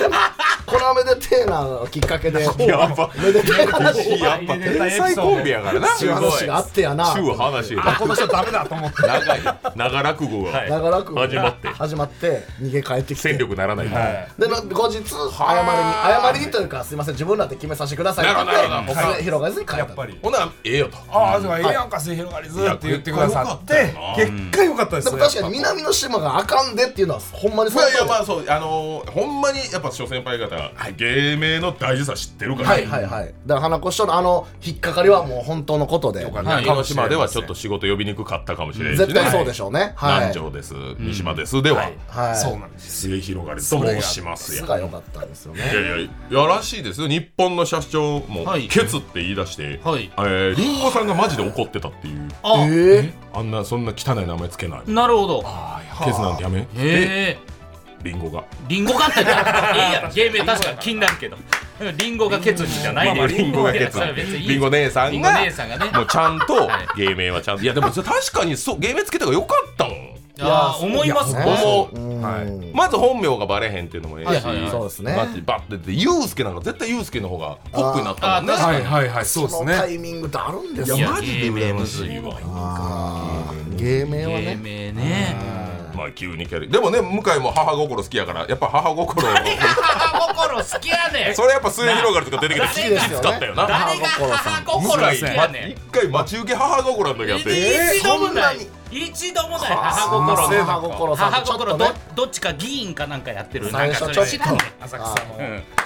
S4: これはめでてえなきっかけで
S1: やば
S4: めでてえ話
S1: やっぱ天才コンビやからな
S4: 中話があってやな
S1: 中話
S5: あこの人ダメだと思って
S1: 長い長落語が
S4: 長らく
S1: 始まって
S4: 始まって逃げ帰ってきて
S1: 戦力ならない
S5: はい
S4: でな後日謝りに謝りにというかすいません自分らで決めさせてくださいって
S1: なるほどな
S4: 言
S1: る
S4: っ
S1: ほど
S4: てす広がりずに帰った
S5: やっぱり
S1: ほなええよと
S5: ああそうかええやんか末広がりずって言ってくださっ
S1: い
S5: て結果良かったです
S4: で
S5: よ
S4: も確かに南の島があかんでっていうのはほんまに
S1: い
S4: そう
S1: やいやまあそうあのーほんまにやっぱ諸先輩方芸名の大事さ知ってるから
S4: はいはいはいだから花子師匠のあの引っかかりはもう本当のことで
S5: よかった
S1: まあ
S5: はい
S1: 広島ではちょっと仕事呼びにくかったかもしれないしね
S4: 絶対そうでしょうねはい
S1: 南條です三島ですでは
S4: はい
S5: そうなんです
S1: すげえ広がりと申しますや
S4: すが良かったんですよ
S1: い
S4: ね
S1: やいややらしいですよ日本の社長も
S2: はい
S1: ケツって言い出して、
S2: はい
S1: えーリンゴさんがマジで怒ってたっていう
S2: あ、
S4: え
S1: あんなそんな汚い名前つけないケ
S2: なるほど
S1: ツなんてやめえ
S2: へえ
S1: リンゴが
S2: リンゴかっていいや芸名確かに気になるけどリンゴがケツにじゃないで
S1: まあまあリンゴがケツ
S2: いやそれは別にいい
S1: リンゴ姉さ
S2: リ
S1: ん
S2: ンゴ
S1: が
S2: 姉さんがね
S1: もうちゃんと芸名はちゃんといやでもそれ確かにそう芸名つけた方が良かったもん
S2: いや思いますね
S4: やね
S1: 思う
S4: うん
S1: はい、まず本名がバレへんっていうのもええし、
S2: はいはいはい
S4: そうですね
S1: バッてバッてってユウスケなんか絶対ユウスケの方がポップになったもんね
S2: あーあー
S5: はいはいはいそうで
S4: そ
S5: す
S4: のタ
S5: ね
S4: イミングってあるんです
S1: いや
S4: よ
S1: マジで羨ましいわ
S4: あー芸名は
S2: 芸
S4: ね
S2: 名ね
S1: まあ急にキャリでもね向井も母心好きやからやっぱ母心 を
S2: 母心好きやねん
S1: それやっぱ末広がりとか出てきて好
S2: 好き
S1: き
S2: で
S1: ですす
S4: よね
S1: 使ったよな
S2: 誰が母心好きやねん
S1: 一回待ち受け母心の時あって
S2: 一度もない
S4: えーそん
S2: 一度もない母心
S4: 母心さん
S2: 母
S4: ちょっ
S2: 心
S4: と
S2: ど
S4: ね
S2: どっちか議員かなんかやってる
S4: 最
S2: なん
S4: 初
S2: か
S4: ちょっ
S2: それ
S4: と
S5: 浅草の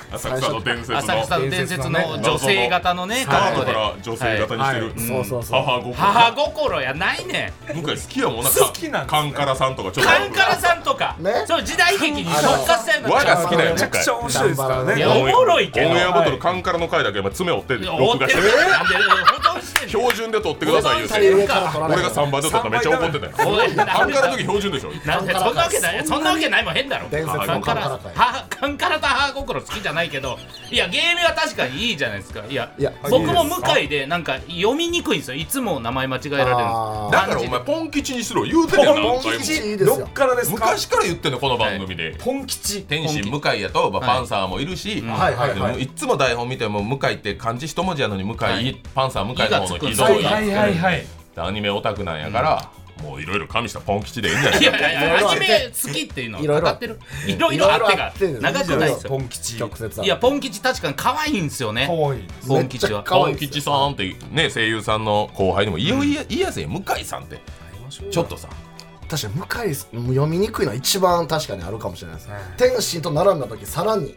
S1: 浅草の伝説の
S2: 浅草の伝説の女性型のね
S1: 母
S2: 格好で
S1: から女性型にしてる
S4: そうそうそう
S1: 母心
S2: 母心やないね
S1: 向井好きやもんな
S5: 好きなんです
S1: カンカラさんとかちょ
S2: ん
S1: っと
S2: カンカラさんとか
S4: ね
S2: そう時代劇に特化したような
S1: 我が好きなよ
S5: めちゃくちゃ面白いですから
S4: い
S5: ね
S2: やおもろいけど
S1: オンエアボトルカンカラの回だけ今爪折ってる
S2: 追
S1: 録
S2: って
S1: 画して
S2: る
S1: る
S2: なんで保存してんの
S1: 標準で撮ってください言う
S4: 上
S1: て
S4: から取られ
S1: 俺
S4: る
S1: が3倍で撮ったらめっちゃ怒ってたよ
S2: おい
S1: カンカラの時標準でしょ
S2: なんでそんなわけないそんなわけないもん変だろ
S4: 伝説の
S2: カンカラ
S4: カンカラ
S2: はカンカラと母心好きじゃないけどいやゲームは確かにいいじゃないですかいや
S4: いや
S2: 僕も
S4: いいで
S2: 向井でなんか読みにくいんですよいつも名前間違えられるん
S4: あー
S1: だからお前ポン吉にしろ言うてるやん何
S4: ポン
S1: 回も
S4: 吉いいですよ
S5: どっからですか
S1: 昔から言ってんのこの番組で
S5: ポン吉
S1: 天心向井やと、まあ、パンサーもいるし、
S4: はいはいはい
S1: でもいつも台本見ても向井って漢字一文字やのに向井、
S2: はい
S1: パンサー向井の方のひど
S2: はい
S1: い
S2: はい
S5: はいはい
S1: アニメオタクなんやから、もういろいろ加味したポン吉でいいんじゃない
S2: い
S1: か
S2: やいやいやアニメ好きっていうのは語ってるいろいろあってが長くないです
S5: ポ
S2: よ
S5: ン吉
S4: 曲折ある
S2: いやポン吉確かに可愛いんですよね
S5: 多いです
S2: ポン吉
S4: めっ
S2: は
S4: ちゃ可
S1: ポ
S4: 愛い
S1: ン
S4: ですよ
S1: 吉さんってね声優さんの後輩でも言い,、う言いやすいよ向井さんってちょっとさ
S4: 確かに向井さん読みにくいのは一番確かにあるかもしれないです、天心と並んだ時さらに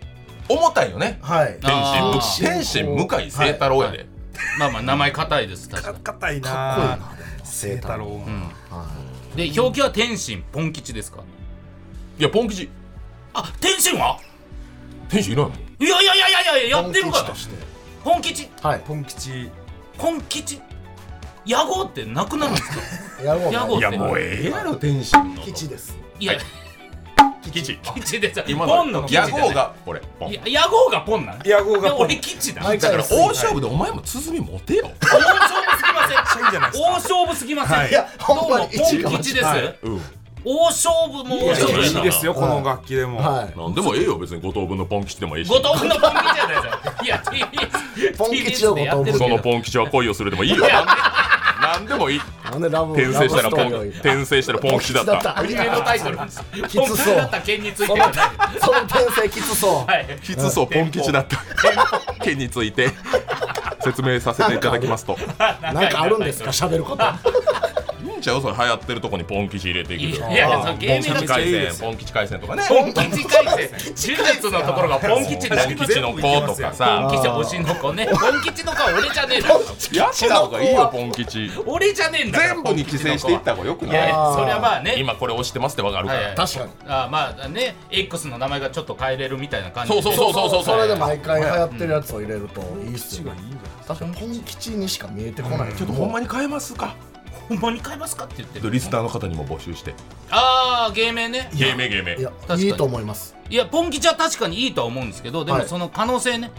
S1: 重たいよね
S4: はい
S1: 天心
S2: あ
S1: 向
S2: ー
S1: 天心向井聖太郎やで、
S2: まあまあ名前硬いです確かに
S5: 硬い
S4: かっ
S5: な
S4: こいいな
S5: 清太郎が
S2: で表記は天心ポン吉ですか
S1: いやポン吉
S2: あ天心は
S1: 天心いないもん
S2: いやいやいやいやいややってるか
S4: ポ
S2: ら
S4: ン吉として
S2: ポン吉
S4: はい
S5: ポン吉
S2: ポン吉野号ってなくなるんです か
S4: やろう
S2: 野号って
S1: ええやろ天心の
S4: 吉です
S2: いや
S1: 吉
S2: 吉ですよ
S1: 今
S2: ポンの
S1: の
S2: 吉じ
S1: 野
S2: ゃない
S1: 号がこれポン
S2: いや野号がポンなん
S5: 野号が
S2: で
S5: ポン
S2: 俺吉だ
S4: はい
S1: だから大勝負でお前も鼓持てよ
S2: 大勝負すぎません
S5: いいんじゃないです
S2: 大勝負すぎません、
S4: いやほんまに
S2: どう
S4: 一
S2: も
S4: が
S2: ポン吉です、
S5: はい
S1: うん
S2: 大勝負も大勝負
S1: いや
S5: いいですよ
S4: うん
S5: この楽器でも
S4: はい
S1: なんでもええよ別に五等分のポン吉でもええし
S2: 五等分のポン吉じゃないですよいや TBS
S4: ポン吉を
S2: TBS でやってるけど
S1: そのポン吉は恋をするでもいいよなんでなんでもいい
S4: なんでラブ
S1: 転生したら
S4: ラブ
S1: ポ
S4: ストー
S1: ン
S4: リー
S1: 転生したらポン吉だっ
S4: だったた
S2: アニメのタイトル
S4: き
S2: ポン
S4: つ
S2: 吉
S4: そう
S2: だった件につい
S4: そ
S2: て
S4: の
S2: はない
S4: その転生きつそう、
S2: はい
S1: きつそうポン吉だった件について説明させていただきますと
S4: なんかあるんですか喋ること
S1: いいんんちゃうそれ流行ってるとこにポン吉入れていく
S2: い
S1: と
S2: やいや、そ
S1: ポ
S2: う
S1: ン
S2: 芸名
S1: 吉
S2: の
S1: 回
S2: いい
S1: 線ポン吉回線とかね
S2: ポン吉回線。手術のところがポン吉
S1: ポ
S2: になり
S1: ン
S2: ます。
S1: 吉の子とかさ
S2: ポン吉推しの子ね。ポン吉の子は俺じゃねえだろ。
S1: やった方がいいよポン吉
S2: 俺じゃねえんだから
S1: 全部に寄生していった方がよく
S2: いやい
S1: ない
S2: やそりゃまあね
S1: 今これ押してますってわかるか
S2: はいは
S1: ら
S2: い
S4: 確かに
S2: あまあね X の名前がちょっと変えれるみたいな感じ
S1: そうそうそうそうそう
S4: それで毎回流行ってるやつを入れるといいっすよね確かにポン吉にしか見えてこない
S1: ちょっとほんまに変えますか
S2: ほんまに買いますかって言ってる
S1: リスナーの方にも募集して
S2: ああ芸名ね
S1: 芸名芸名
S4: いや
S2: かに
S4: いいと思います
S2: いやポン吉は確かにいいとは思うんですけどでも
S4: はい
S2: その可能性ね、
S4: はい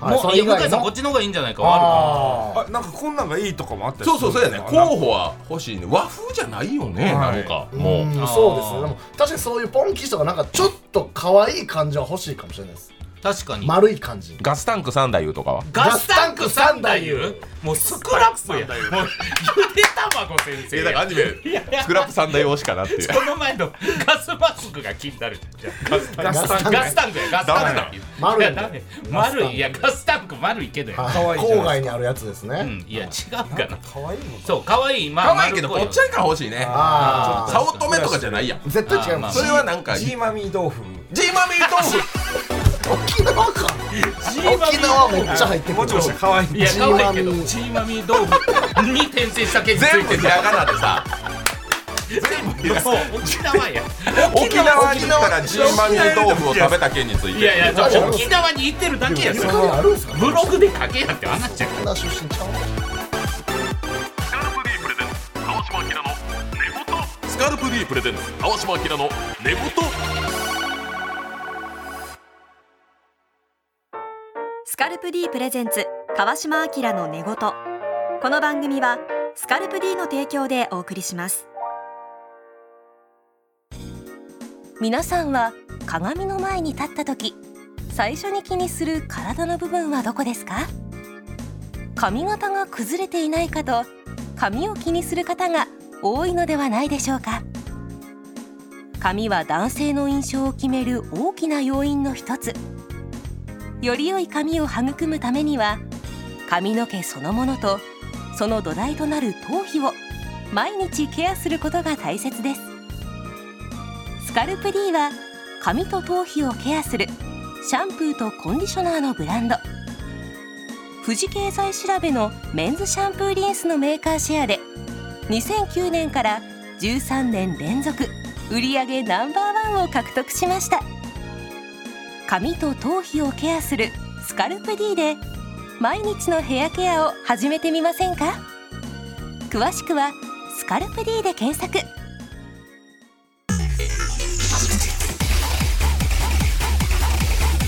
S2: も
S4: そうれ
S2: いや
S4: 以外の
S2: 向井さんこっちの方がいいんじゃないかはあるか
S4: あ
S5: あなんかこんなんがいいとかもあったり
S1: そうそうそうやね
S5: するんだ
S1: 候補は欲しいね和風じゃないよね
S5: は
S1: ないんか
S4: あ
S1: もう
S4: うん
S2: あー
S4: そうですねでも確かにそういうポン吉とかなんかちょっと可愛い感じは欲しいかもしれないです
S2: な確かに、
S4: 丸い感じ
S1: ガスタンク三太夫とかは
S2: ガスタンク三太夫もうスクラップやもうゆで卵先生
S1: えだからアニメスクラップ三太夫しかなっていう
S2: この前のガスマスクが気になるじゃあガスタン
S5: ガスタンク
S2: ガスタンクやガスタンク
S4: ダメ
S2: い
S4: だ
S2: やダメ丸いいやガスタンク丸いけどや、
S4: はい
S5: 可愛いじゃないですか
S4: 郊外にあるやつです
S2: う
S4: ね
S2: んいや違うかな
S5: 可愛いの
S2: そう可愛いま
S1: 可愛いけどぽ
S2: 丸
S1: っ
S2: ぽ
S1: ちゃいから欲しいね
S4: あ
S1: 早
S4: あ
S1: 乙女とかじゃないやん
S4: 絶対違いま
S2: あー
S4: す
S1: それはなんかジ
S5: ジ
S1: ー
S5: ーマミー豆腐
S1: マミー豆 腐
S4: 沖縄か沖縄めっちゃ入ってく
S5: もちもち
S4: る
S5: 可愛い
S2: いや
S4: チー
S2: 可
S4: マ
S2: 愛い
S4: ミ
S2: けどチーマミー豆腐に転生した結果
S1: 全部ひらがなでさ
S2: 全部そう沖縄や
S1: 沖縄に行ったらジーマミー豆腐を食べた件につい
S2: いやい
S1: て
S2: やちょ沖縄に行ってるだけや
S4: ゆ
S2: それ
S4: かりあるんすか
S2: ブログで書けやって話じゃん
S4: 沖縄出身ちゃう
S1: スカルプ D プレゼンツ川島明の寝言
S6: スカルプ D プレゼンツ川島明の寝言この番組はスカルプ D の提供でお送りします皆さんは鏡の前に立った時最初に気にする体の部分はどこですか髪型が崩れていないかと髪を気にする方が多いのではないでしょうか髪は男性の印象を決める大きな要因の一つより良い髪を育むためには髪の毛そのものとその土台となる頭皮を毎日ケアすることが大切ですスカルプ D は髪と頭皮をケアするシャンプーとコンディショナーのブランド富士経済調べのメンズシャンプーリンスのメーカーシェアで2009年から13年連続売上ナンバーワンを獲得しました髪と頭皮をケアするスカルプ D で毎日のヘアケアを始めてみませんか詳しくは「スカルプ D」で検索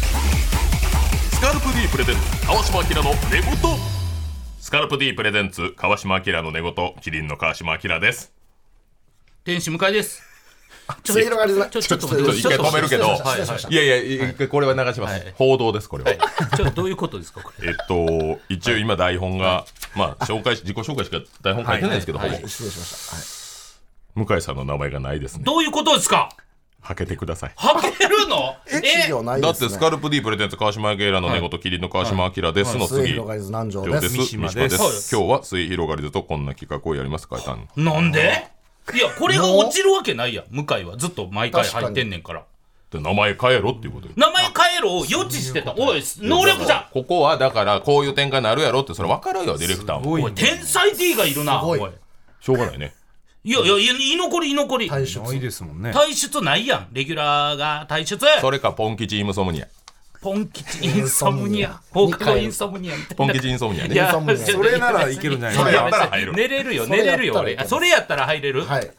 S1: スカルプ D プレゼンツ川島明の寝言スカルプ D プレゼンツ川島明の寝言キリンの川島明です
S2: 天使向井です
S4: ちょっと広がりづらい
S2: ちょちょっと
S1: ちょっと
S2: 待
S1: 一
S2: って
S1: 回止めるけど
S4: 失礼しました
S1: いやいやいやこれは流します、報道ですこれは、
S2: ちょっとどういうことですかこれ
S1: えっと一応今台本が、まあ紹介し自己紹介しか台本書いてないですけど、
S2: はいはい
S1: ほぼ
S4: 失礼しまし
S1: 向井さんの名前がないですね
S2: どういうことですか
S1: はけてください
S2: はけるの
S4: たはい資料ない
S1: だ
S4: で
S1: っ
S4: すね
S1: てスカルプ D プレゼンツ川島明の寝言、キリンの川島明ですの
S4: 末
S1: 次、
S4: 広がりず南條
S1: 今日で
S4: で
S1: すす
S5: 三
S1: 三
S5: 島
S1: 島
S5: です
S1: です
S2: そうです
S1: 今日は末広がりずとこんな企画をやります書いたん
S2: えなんでいやこれが落ちるわけないやん向井はずっと毎回入ってんねんから
S1: で名前変えろっていうことよ
S2: 名前変えろを予知してたおい能力者
S1: ここはだからこういう展開になるやろってそれ分かるよディレクターも
S5: ご
S2: おい天才 D がいるな
S4: すごい
S2: おい
S1: しょうがないね
S2: いやいやい居残り居残り
S4: 退出
S5: ないですもんね
S2: 退出ないやんレギュラーが退出
S1: それかポン吉イムソムニア
S2: ポン吉インソムニア放課後インソムニアみたい
S1: ポン
S2: な
S1: 吉インソムニア
S2: い
S1: ね
S2: や
S4: インソムニア
S2: ちょっ
S5: そ
S2: と
S5: れならいけるんじゃない
S1: それやったら入る
S2: 寝れるよ
S4: それ
S2: 寝
S4: やったら
S2: れるよ俺
S4: いける
S2: あそれやったら入れる
S4: はい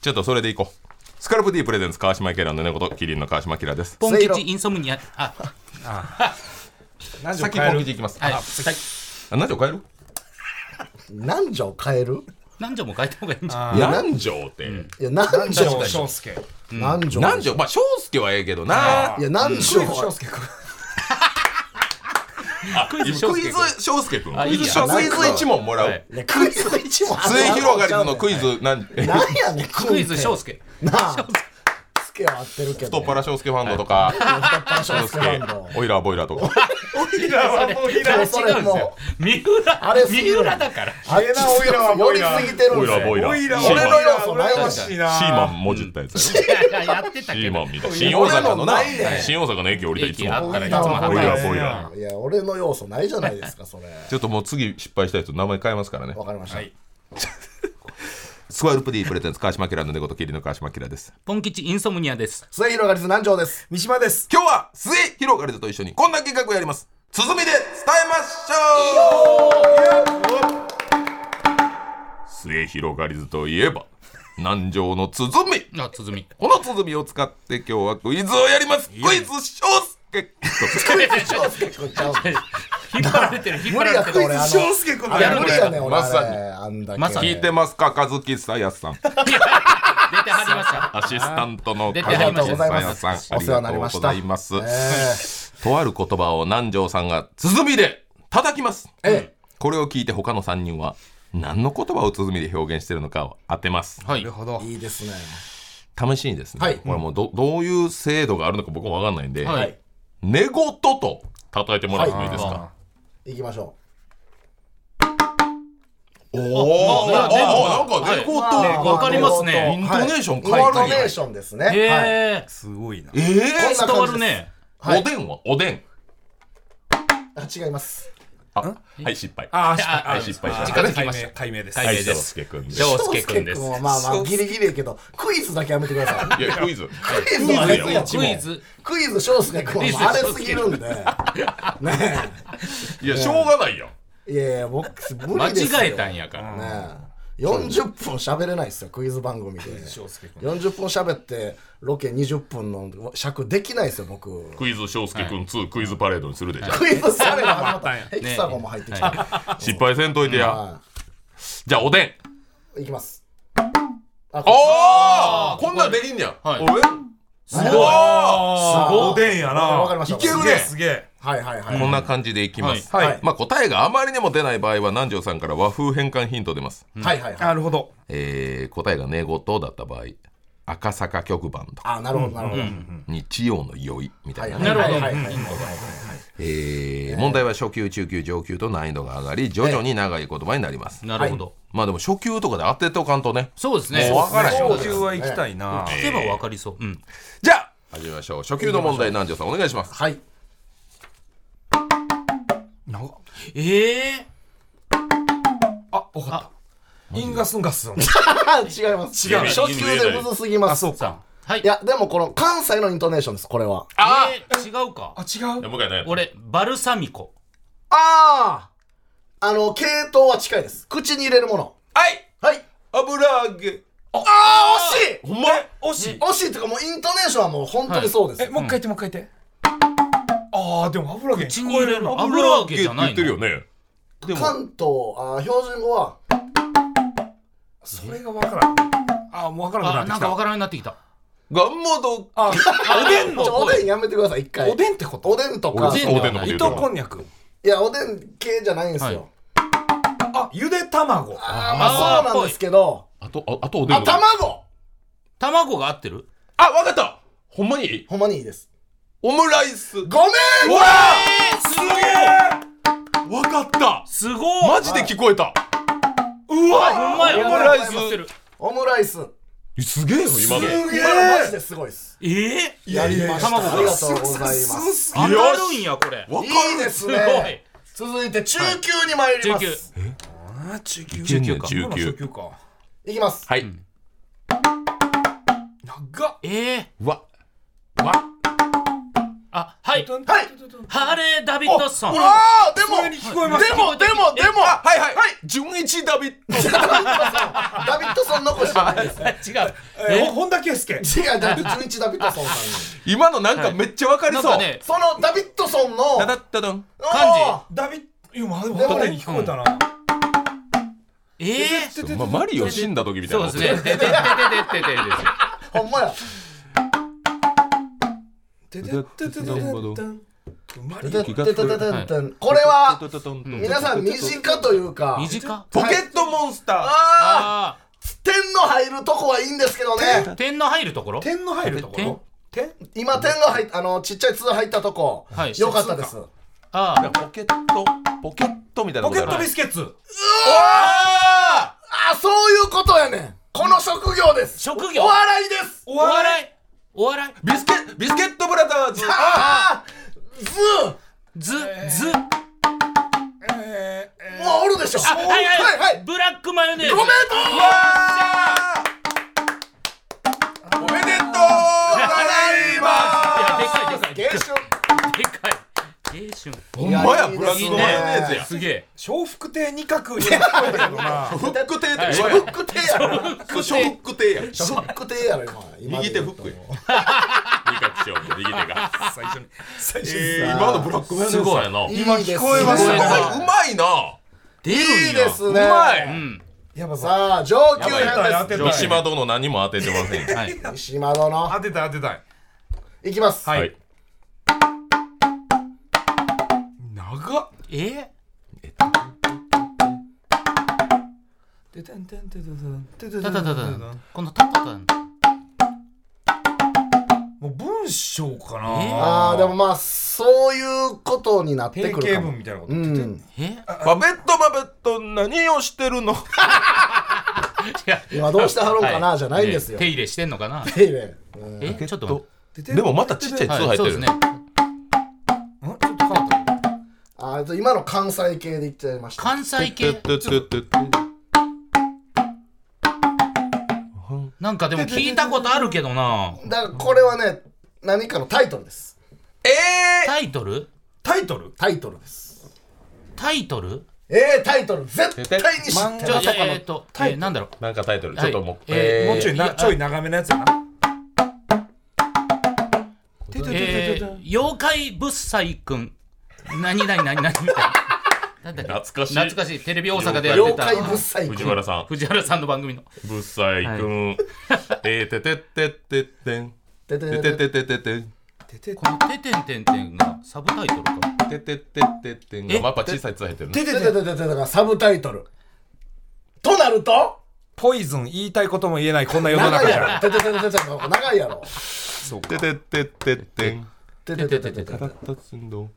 S1: ちょっとそれでいこうスカルプ D プレゼンツ川島明の寝言キリンの川島明です
S2: ポン吉インソムニアあ
S5: 何時
S1: 先
S5: 変え
S1: ポン
S5: る
S1: 吉いきます
S2: はい
S1: あ
S2: はい
S1: あ何条変える
S4: 南條変える
S2: 何条も変えた方がいいんじゃ
S5: あ
S1: いや何条って
S4: いや南條
S5: 南條翔介
S4: 南條
S1: 何条まあ翔介はええけどなあ
S4: いや南條
S5: クイズ翔
S4: は
S5: 介君
S1: クイズ
S2: 翔
S1: 翔
S2: 介
S1: 介
S2: 君
S1: 君
S2: あいいや
S1: クイズ翔クイズ1問もら
S2: は
S1: う
S2: い
S4: いやクイズ一問
S1: 末広がりのクイズ何
S4: なんやねん
S2: んクイズ
S4: 翔
S2: 翔介
S4: なあ介は合ってるけ
S1: 太
S4: ど
S1: っ
S4: ね、
S1: 腹翔介ファンドとか、
S4: 太っ腹
S1: 翔
S4: 翔介フ
S1: 介
S4: ァンド、
S1: オイラーボイラーとか、
S5: イラはもうイ
S4: で
S5: ラは
S4: もそれもう
S2: 三浦
S4: あれすぎ
S2: 三
S4: る
S2: 浦だ から
S4: あっち
S5: オイラは
S4: 寄
S5: ボ
S4: り
S5: イラー
S4: すぎてるん
S1: オイ
S4: で
S1: ラ
S4: す
S1: ーボ
S4: よ
S1: イラー、
S5: オイラー
S1: シー
S5: 俺
S1: マ
S5: の
S1: ン、
S5: 要素羨ましいな
S1: シーマンもじったやつやろ。
S2: いやいややってた
S1: シ
S2: け
S1: ーマ
S2: ど
S1: ンみたい。新大阪のな
S4: 俺のないね、
S1: 新大阪の駅降りたいつ
S2: 駅
S1: も。
S2: あったらいつ
S4: オ
S2: も
S4: イラー
S1: ボイラーボイ
S2: ー
S1: ラ
S4: いや俺の要素ないじゃないですかそれ
S1: ちょっともう次失敗したやつ名前変えますからね。
S4: わかりました、
S1: スワルプ D プレゼンツ川島明の猫と霧の川島明です。
S2: ポン吉インソムニアです
S4: 末広がりず南條です
S5: 三島です
S1: 今日は末広がりずと一緒にこんな企画をやります。鼓で伝えましょう末広がりずといえば、南城の鼓。
S2: あ鼓
S1: この鼓を使って今日はクイズをやります。クイズ翔介。
S2: 引っ張られてる引っ
S4: 無
S2: 張
S4: 理
S2: ら
S4: や
S2: れ
S4: ってて
S2: る
S4: 俺あの
S5: 翔介君
S4: あ
S5: だ
S4: れ
S5: よ
S4: 無理やねん俺
S1: まさに
S4: あれあんだけ
S2: まさ
S1: 聞いてますか、和樹さやさん。
S2: 出てはりました
S1: アシスタントの
S2: 出て
S1: 和
S2: はりま
S1: 樹
S2: し
S1: さ
S2: た
S1: やさん。あ
S4: お
S1: り
S4: 世話
S1: がとう
S4: になりま
S1: ご
S4: した
S1: ざいます。
S4: え
S1: とある言葉を南條さんが鼓で叩きます、
S4: え
S1: これを聞いて他の3人は何の言葉を鼓で表現してるのかを当てます
S2: はい
S4: えいいですね
S1: 試しにですね、
S4: はい
S1: これもうどどういう制度があるのか僕も分かんないんで、
S2: はい
S1: 寝言と叩いてもらってもいいですか、
S2: はい
S4: 行きましょ
S1: おーおー
S2: まあま
S1: な
S2: あ
S1: んか寝言、
S4: う
S2: ねわかりますね
S1: イントネーション変
S4: 変
S1: わ
S4: わる
S1: る
S4: イン
S1: ん
S4: ト
S1: や
S4: ネーションですね
S2: へ
S4: はい
S2: え
S3: すごいな
S1: えー
S4: こんな
S2: 伝わ
S4: 感
S2: る
S4: じです
S2: ね
S1: おでんはおでん
S4: あ違います
S1: あはい失敗
S5: あ
S2: あ
S1: はい失敗しまし
S2: 時間
S1: た
S2: できました
S5: 解明です
S2: 解
S1: は
S2: 明
S1: い
S2: です
S1: 翔介君です
S2: 翔介君です
S4: 翔介はまあまあギリギリやけどクイズだけやめてくださ
S1: いやクイズ
S4: いクイズ
S2: ク
S4: は
S2: イ
S4: ね
S2: ズ
S4: いや
S2: クイズ
S4: クイズ翔介君はあれすぎるんでね
S1: いやしょうがないやん
S4: えいやいや僕無
S2: 間
S4: 理ですよ
S2: 違えたんやから
S4: ねえ40分喋れないですよクイズ番組で40分喋ってロケ20分の尺できないですよ僕
S1: クイズ翔介君2、クイズパレードにするでじゃあ
S4: クイズさ ればヘキサゴンも入ってきた、
S1: 失敗せんといてや。
S4: は
S1: じゃあ、おでん。
S4: い、いきますあ
S1: お
S4: こ
S1: おこんなんできんねや。
S2: はい
S1: 俺すごい
S5: おでんやな
S4: わかりました
S5: いけるね
S1: す
S5: すげえ
S4: はいはいはい
S1: こんな感じでいきます。
S5: はい
S4: はい
S1: まあ、答えがあまりにも出ない場合は、南條さんから和風変換ヒント出ます。
S4: はいはいはい
S5: なるほど
S1: えー、答えが寝言だった場合、赤坂局番とか、
S4: あなるほどなるほど、
S1: 日曜の宵みたいなね。
S4: な
S2: るほど
S4: はいはいはい
S1: えー問題は初級、中級、上級と難易度が上がり、徐々に長い言葉になります。
S2: なるほど
S1: まあでも初級とかで当てとかんとね。
S2: そうですね
S1: もう分からへん。
S5: 小中は行きたいな
S2: 聞けばわかりそううん
S1: じゃあ、始めましょう。初級の問題、南條さんお願いします。
S4: はい
S2: ええ
S5: あわかったインガスンガスン
S4: あ違います
S1: 違う
S4: 初級でむずすぎま
S5: あ
S4: す
S5: そうか
S2: はい
S4: いやでもこの関西のイントネーションですこれは
S1: あ
S2: えー違うか
S5: あ違う
S1: もう一回ね。
S2: 俺バルサミコ
S4: あああの系統は近いです口に入れるもの
S1: はい
S4: はい
S1: 油揚げ。
S4: ああ惜しい
S1: ほんま
S5: 惜しい
S4: 惜しいというかもうイントネーションはもう本当にそうです、
S5: えもう一回言ってもう一回言ってああでも油揚げ
S2: 口に入れるの
S5: 油
S2: 油
S5: 揚
S2: 揚
S5: げ
S2: げ
S1: って
S2: じ
S1: 言
S2: ゃな
S1: っ
S2: い
S1: てる
S2: の
S1: よね。でも、
S4: 関東あー標準語は
S5: それがわからんああもうわから
S2: あ
S5: な
S2: な
S5: くなっ
S2: ん
S5: て
S2: か
S5: き
S2: わからんようになってきた
S1: ガンモド
S5: たあ
S2: おでん
S4: ちょおでんやめてください一回
S5: おでんってこと
S4: おでんとか
S1: おでん
S2: おでん
S1: のこと言う
S5: 糸こ
S1: と
S5: んにゃく
S4: いやおでん系じゃないんですよ、
S2: はい
S5: あゆで卵
S4: あーまあ
S2: あー
S4: そうなんですけど
S1: あと、ああとおでん
S4: あ
S1: のこと
S4: 卵
S2: 卵が合ってる
S1: あ、わかったほんまに
S4: ほんまにいいです
S1: オムライス。
S4: ごめん
S1: うわ
S2: す
S1: ーわ
S2: ごい
S1: かった
S2: すごい
S1: マジで聞こえた
S5: うわ
S2: ほんまや
S4: オムライス
S2: 合ってる
S4: オムライスこ
S1: すげえよ、今の。
S5: すげ
S4: れ
S5: え
S4: はマジですごいです
S2: ええ
S5: いやいやいや
S4: 卵がありがとうございます
S5: す
S2: 当たるんやこれ
S1: わか
S4: いい
S1: る
S4: です
S2: すご
S4: ね
S2: い
S4: 続いて中級に参り
S2: 中
S4: ます、
S2: 級
S5: あー中級
S1: 中級か
S5: 中級か
S4: いきます
S1: はい。
S5: 長っ
S2: ええ
S1: わ、わ、
S2: あはい
S4: はい
S2: ハーレー・ダビッドソン
S4: ああで
S5: こ
S4: も
S5: れ
S4: で
S5: に聞こえます
S4: もでもでも
S1: はいはいはい純一ダビッド
S4: ダビッドソン残してないです
S2: 違う
S5: えー本田圭佑
S4: 違うダビ純一ダビッドソンさんに
S1: 今のなんかめっちゃわかり
S2: なん
S1: そ
S2: か
S1: う。
S2: ね
S4: そのダビッドソンの
S1: ただったどん。
S2: 漢
S5: ダビッいやまあでも
S4: でも
S5: 本田に聞こえたな
S2: ええ
S1: まマリオ死んだ時みたい
S2: そう
S1: な。
S2: ですね。ででででででででですよ。
S4: 字ほんまや
S5: てててててててんマリオ
S4: ててててててんこれは皆さん身近というか
S2: 短。
S1: ポケットモンスター。
S4: あ
S2: ああ
S4: 点の入るとこはいいんですけどね
S2: 点の入るところ
S5: 点の入るところ点
S4: 今点が入っあのちっちゃい「つ」入ったとこ、
S2: はい
S4: よかったです
S2: あ
S1: だからポケットポケットみたいな
S5: ポ
S1: こ
S5: ケ
S1: とや
S5: ット
S1: ろ
S5: ビスケッツ
S4: あそういうことやねんこの職業です
S2: 職業
S4: お笑いです
S5: お
S2: お笑
S5: 笑
S2: いお笑い
S1: ビスケビスケットブラザーズ
S4: ああズ
S2: ずず
S4: もうおるでしょ
S2: あはいはい、
S4: はいはい
S2: ブラックマヨネーズ
S4: ごめんとう
S1: おめでとうございま
S2: いやでかいでかい
S4: 芸春
S2: でかい芸春
S1: すほんまや
S4: いやいいですね
S1: ブラックマヨネーズや
S2: すげえ
S5: 笑福亭二角に聞こえたけどな
S1: フック亭って
S4: シ
S1: 言わ
S4: ョ
S1: や
S4: ック亭やろ
S1: ショック亭や
S4: ショック亭やろ今
S1: 右手フックや二角師匠の右手が
S5: 最初に最初に
S1: えー今のブラックマヨネーズ
S2: すご
S1: さん
S2: い
S1: や
S2: な
S1: なう
S4: 今聞こ
S5: えました
S1: まいうまいな
S2: 出るんや
S4: いいですね
S1: うま
S2: う
S1: い
S2: ん
S5: やばさ
S4: さあ上級
S5: 当てたい
S4: 編
S5: 当てたい
S1: 三島殿何も当ててませんよ
S2: はい
S4: です石間殿
S5: 当てたい当てたい
S4: いきます
S1: はい
S5: 長っ
S2: え
S5: ててんてんてんてんてんてんてんてん
S2: た
S5: てん
S2: たた
S5: て
S2: た
S5: んてん
S2: このたたたん
S5: もう文章かな
S2: えー
S4: あーでもまあそういうことになって
S5: 定
S4: くる
S5: 型
S4: かも
S5: 文みたいなこ
S4: う
S5: と
S4: ん
S2: え
S1: バベットバベット何をしてるの
S4: 今どうしてはろうかなじゃないんですよ
S2: 手入れしてんのかな
S4: 手入れうん
S2: えちょっと待って
S1: でもまたちっちゃい
S2: はい
S1: 通入って
S2: そう
S1: る
S2: ですね
S5: んちょっと変わった
S4: あーえっと今の関西系で言っちゃいました
S2: 関西系なんかでも聞いたことあるけどな
S4: だからこれはね何かのタイトルです
S2: タイトル
S5: タイトル
S4: タイトルです
S2: タイトル
S4: えー、タイトル絶対に知って
S2: ちょ
S4: ま
S2: え
S4: さかの
S2: ーっとえーなんだろう
S1: なんかタイトルちょっともう
S2: はいえー
S1: え
S5: もうちょい
S2: い
S5: な
S2: や
S5: ちょい長めのやつやな
S2: えー妖怪ぶっさいくん何何何何みたいななんだっけ
S1: 懐かしい
S2: 懐かしいテレビ大阪でやって
S4: 妖
S2: た
S4: 怪物細
S1: ー藤
S4: 工
S1: 原さん
S2: 藤原さんの番組の
S1: ぶっさいくん えーててってってってん
S4: て
S1: てて
S4: ててて
S1: ててててん
S2: この「ててんてんてん」がサブタイトルか
S1: てててててんがまあやっぱ小さいやつ入ってるね
S4: ててててててがサブタイトルとなると
S5: ポイズン言いたいことも言えないこんな世の
S4: 長
S5: 中
S4: い
S5: じ
S4: やろ
S5: ゃ
S4: てててててての方が長いやろ
S1: てててててん
S4: てててててて
S1: たたつんど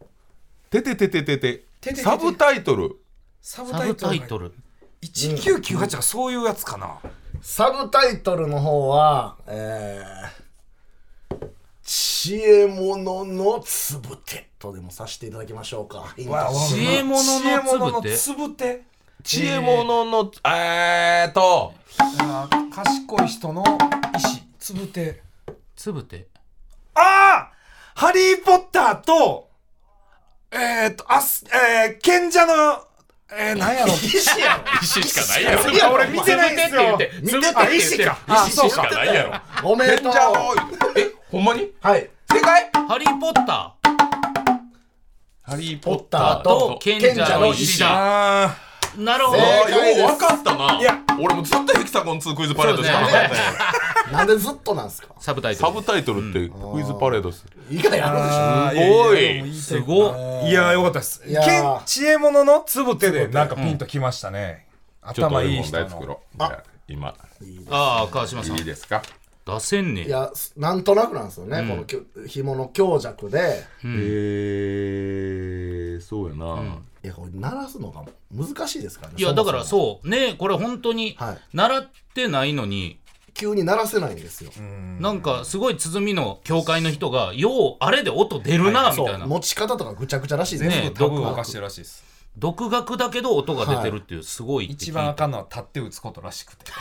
S1: ててててててサブタイトル
S5: サ
S2: サブタイトル
S5: 1998がそういうやつかな
S4: サブタイトルの方はえー知恵者のつぶてとでもさせていただきましょうか。ヒント
S2: 知恵者の粒って
S5: 知恵者のつぶて
S1: 知恵者のえーと
S5: あー賢い人の意志つぶて
S2: つぶて
S5: ああハリー・ポッターとえっとあすえー賢者のえー、 なんやろ
S4: 石やろ
S1: 石しかないやろ
S5: いや俺見てないんですよ
S2: つぶてって言って
S4: 見て
S2: つぶてってて
S4: 石
S2: 言
S4: か
S2: って。
S5: あ
S1: 石しかないやろ
S4: おめでとう。
S1: えほんまに
S4: はい。
S1: 正解
S2: ハリー・ポッター
S1: ハリー・
S4: ポッター
S2: と
S4: と
S2: 賢
S4: 賢
S2: 者
S4: 者
S2: の
S4: の
S2: 石
S4: 石
S2: だ
S5: あ
S2: なるほ
S1: あ
S2: ど
S4: え
S1: あーよう分かったない
S5: や
S1: 俺もずっとヘキサゴン2クイズパレードしかなかったよ
S4: なんでずっとなんすか
S2: サブタイト
S1: サ
S2: ル
S1: ブタイトルってクイズパレードする
S4: 以外やろでし
S1: す
S4: ょ。
S5: あ
S1: ごい
S2: すごっ
S5: いやーよかったです
S4: いやー
S5: 賢知恵者のつぶてでなんかピンときましたね、
S1: ちょっと
S5: 頭
S1: 俺
S5: いい
S1: 問
S5: 人
S1: 題作
S5: の
S1: ろうじゃあ今
S2: ああ川島さん
S1: いいですか
S2: 出せんね
S4: いやなんとなくなんですよね、このきょ紐の強弱で
S1: えーそうやない
S4: やこれ鳴らすのが難しいですからね
S2: いやだから
S4: う
S2: そうねこれ本当に
S4: はい
S2: 習ってないのに
S4: 急に鳴らせないんですよ、
S2: なんかすごい鼓の教会の人がようあれで音出るなみ
S4: そ
S2: たいうな
S4: 持ち方とかぐちゃぐちゃらしいです
S2: ね
S4: ね
S5: 多分おかしいらしいです
S2: 独学だけど音が出てるっていうすごいって聞
S5: 一
S2: い
S5: 番あ
S2: た
S5: かんのは立って打つことらしくて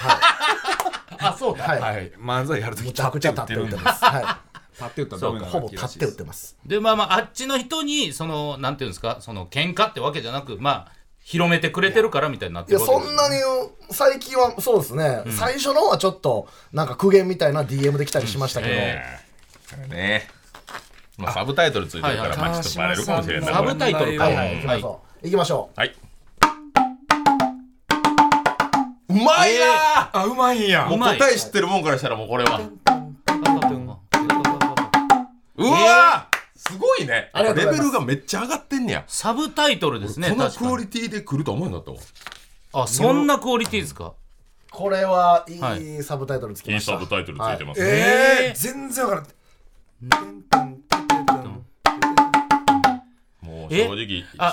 S2: あそうだ
S4: はい、
S5: はい漫才やるとき
S4: むち
S5: 立
S4: ゃくちゃ
S5: っ
S4: 立ってて
S5: 打
S4: 打
S5: っ
S4: ってて
S5: る
S4: ます、は
S5: 立って打ったらダメ
S4: い、
S5: な
S4: ほぼ
S5: 気が
S4: 立
S5: し
S4: って打ってます
S2: でまあまああっちの人にそのなんていうんですかその喧嘩ってわけじゃなくまあ広めてくれてるからみたいになっ
S4: い
S2: て
S4: や
S2: るわけ
S4: そ
S2: です
S4: んなに最近はそうですね、最初の方はちょっとなんか苦言みたいな DM できたりしましたけど、
S2: え
S1: ねまあサブタイトルついてるか
S2: は
S1: ら
S2: い
S1: まあちょっとバレるかもしれんない
S2: サ
S1: こ
S2: ブ
S1: れ
S2: タイトルか
S4: はいはい行きましょう、
S1: は
S4: 行きましょ
S1: いうまいな
S5: あうまいんや
S1: もう
S2: うまい
S1: 答え知ってるもんからしたらもうこれはうわ
S2: わ
S1: ーすごいね
S4: あり
S1: レ
S4: がとうご
S1: ベ
S4: ざいます
S1: ルがめっちゃ上がってんねや
S2: サブタイトルですね
S1: この
S2: 確
S1: クオ
S2: かに
S1: リティで来ると思うんだったもん
S2: あそんなクオリティですか
S4: これはい
S2: はい
S4: サブタイトルつき
S1: い
S4: ま
S1: い
S4: した
S1: サブタイトルついてますね、
S5: え
S2: えー
S5: ー、全然わからん
S1: もう
S2: え
S1: 正直
S2: あ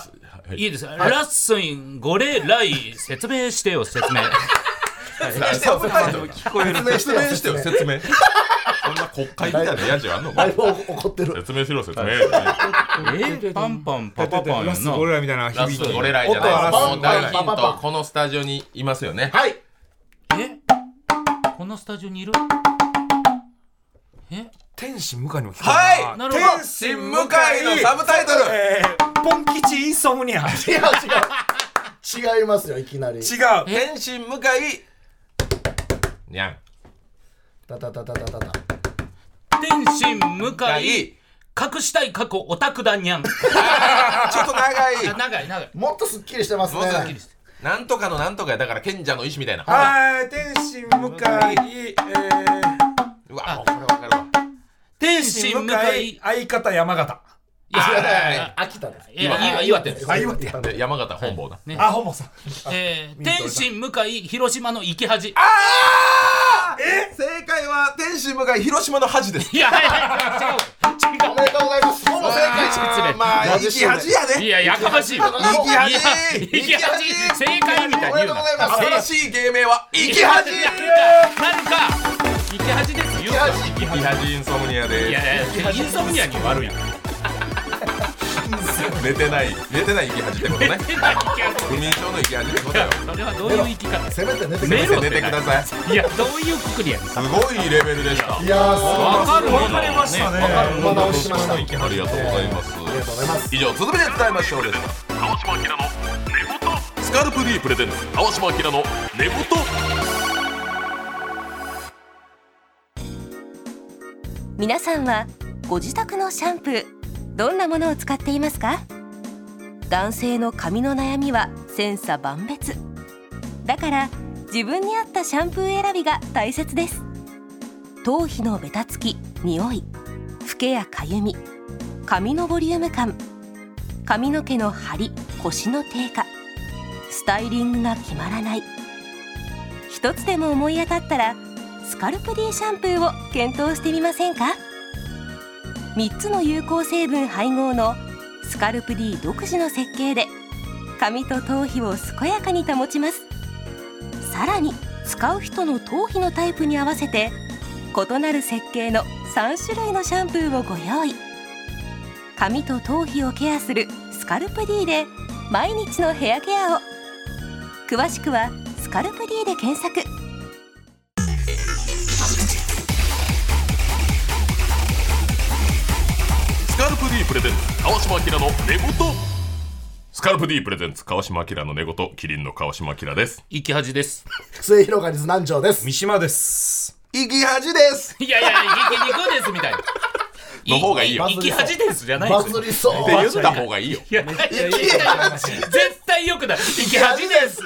S1: はい
S2: いいです。ラッスン、ゴレ、ライ、説明してよ、説明。
S1: サブタイトル
S4: 聞こえる
S1: 説明してよ説明そんな国会みたいなやじあんの
S4: だ
S1: か
S4: いぶ怒ってる
S1: 説明しろ説明
S2: えパンパン、パパパン
S5: ラ
S2: や
S5: ス
S2: んな。
S5: ゴレラみたいな
S1: ラ
S5: 響
S1: ス
S5: き
S1: トゴレライじゃない
S4: 音は
S1: もう大ヒ
S4: パ
S1: ン
S4: パパ
S1: トこのスタジオにいますよね
S4: はい
S2: えこのスタジオにいるえ
S5: 天使向かいにも聞こえ
S1: は
S5: る
S2: ない
S5: な
S2: るほど
S5: 天使
S1: 新向
S5: 向か
S1: 井
S5: い
S1: のサブタイトル
S5: えー、ポン吉インソムニ
S4: 違
S5: ア違う
S4: う違う違いますよいきなり
S1: 天心向かいにゃん
S4: タタタタタタタ
S2: 天心、向かい、隠したい過去、オタクだにゃん。
S1: ちょっと長い
S2: 長い、長い。
S4: もっとすっきりしてますね
S1: もっとすっきりなんとかのなんとかやだから賢者の意志みたいな
S5: はい天使向かいえー、
S1: うわもうこれわかるわ
S2: 天
S5: 天使
S2: 心、
S5: 向
S2: 向
S5: か
S2: か
S5: い
S2: い、
S5: 相方山形
S1: あ
S4: 秋田です
S2: いや岩手です。
S5: あ岩手や
S1: ーで山形本坊だ
S2: ね
S5: あほぼさん
S2: えー天心、向かい、広島の生き恥。
S1: あえ正解は天心向かい広島の恥です
S2: いや、はいはい、違う。違う
S4: おめでとうございますほぼ正解
S1: あーまあ生き恥やね
S2: いや、やかましいわ。
S1: 生き恥
S2: いやいきはじ正解みたいに言うな。
S1: 新しい芸名は生き恥
S2: なるか、なるか。生き恥です。言うな。
S1: 生き恥インソムニア
S2: い
S1: で
S2: やいや、インソムニアに悪いやん。
S1: す寝てない寝てない生き恥ってことね
S2: 変な生き恥
S1: 不眠症の生き恥ってことだよ
S2: それはどういう生き方。
S4: せめて寝てく
S2: メ
S4: れ
S2: ロ
S1: 寝てくださいす
S2: いや、どういうくくりやん。
S1: ごいレベルでした
S4: いやーすごい
S2: わかるもの
S5: 分かりましたね
S2: わかるも
S4: ま
S2: の
S4: だ押しました
S1: ありがとうございます
S4: ありがとうございます
S1: 以上続けて伝えましょうでした川島明の寝言スカルプ D プレゼンツ川島明の寝言
S6: 皆さんはご自宅のシャンプーどんなものを使っていますか男性の髪の悩みは千差万別だから自分に合ったシャンプー選びが大切です頭皮のベタつき匂いフけやかゆみ髪のボリューム感髪の毛の張り腰の低下スタイリングが決まらない一つでも思い当たったらスカルプ D シャンプーを検討してみませんか3つの有効成分配合のスカルプ D 独自の設計で髪と頭皮を健やかに保ちますさらに使う人の頭皮のタイプに合わせて異なる設計の3種類のシャンプーをご用意髪と頭皮をケアするスカルプ D で毎日のヘアケアを詳しくは「スカルプ D」で検索
S1: スカルプ D プレゼンツ川島明の寝言スカルプ D プレゼンツ川島明の寝言キリンの川島明です
S2: 生き恥です。
S4: 末広がりず南條です
S5: 三島です
S1: 生き恥です
S2: いやいや、生き肉ですみたいな。
S1: の方がいいよ
S2: 生き恥ですじゃない
S4: バ
S2: です
S4: ズ
S2: よ。
S4: りそう
S1: って言った方がいいよ
S2: いや、いやいやいや絶対良くない。生き恥です。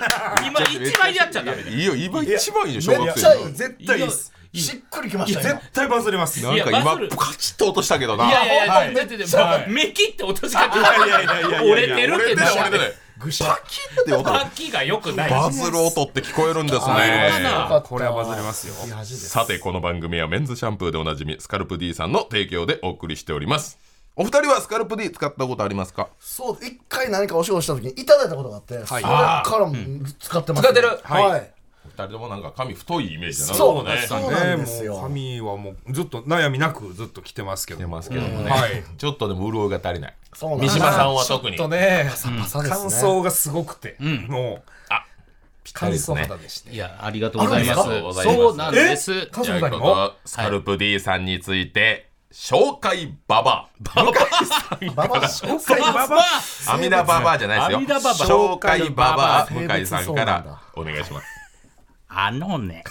S2: 今一番やっちゃダメだよ。
S1: いいよ今一番いいよ小
S4: めっ
S1: 学
S4: ちゃ
S1: 生
S4: いい
S5: 絶対いいです
S4: しっくりきま
S5: い
S4: し
S5: や
S4: たよ
S5: 絶対バズります
S1: ないん
S2: や
S1: か
S2: バズる
S1: 今カチッと落としたけどない
S2: やいやいや、
S5: はい
S2: だってだって
S5: はい
S2: 目切って落としかけ
S5: いやいやいやいやいや
S2: 折れてるっ
S1: 折
S2: て
S1: れてない
S2: な
S1: 折れてない
S4: ぐしゃ
S1: って音
S2: パッキーが良くない
S1: バズる音って聞こえるんです
S2: そうな
S1: ね
S2: の
S5: これはバズりますよ
S4: いや恥です
S1: さてこの番組はメンズシャンプーでおなじみスカルプ D さんの提供でお送りしておりますお二人はスカルプ D 使ったことありますか
S4: そう一回何かお仕事した時にいただいたことがあって、それからも使ってます、
S1: 使ってる
S4: はい、
S1: 二人ともなんか髪太いイメージだな
S4: そう
S1: ね
S4: そうなんですよ
S5: もう髪はもうずっと悩みなくずっと来てますけど
S1: 出ますけどもね、
S5: はい
S1: ちょっとでも潤いが足りない
S4: そうなんで
S1: 三
S4: す
S1: 島さんは特に
S5: ちょっとね
S4: パサ
S5: 乾
S4: ですね
S5: 燥がすごくてもう乾燥肌でして
S2: いや、ありがとうございま
S1: あるんです
S2: す。
S1: か
S2: そうなんです。
S5: 乾
S1: じゃ
S5: 燥
S1: あ
S5: 肌
S1: こ
S5: にも
S1: のスカルプ D さんについて紹介ババ
S4: ババ
S5: 今回ババ
S1: アアミナババアじゃないですよ
S2: アミナババア
S1: 紹介ババア
S4: 生物
S1: 向井さん
S4: そう
S1: か
S4: な
S1: ら
S4: んだ
S1: お願いします
S2: あのね、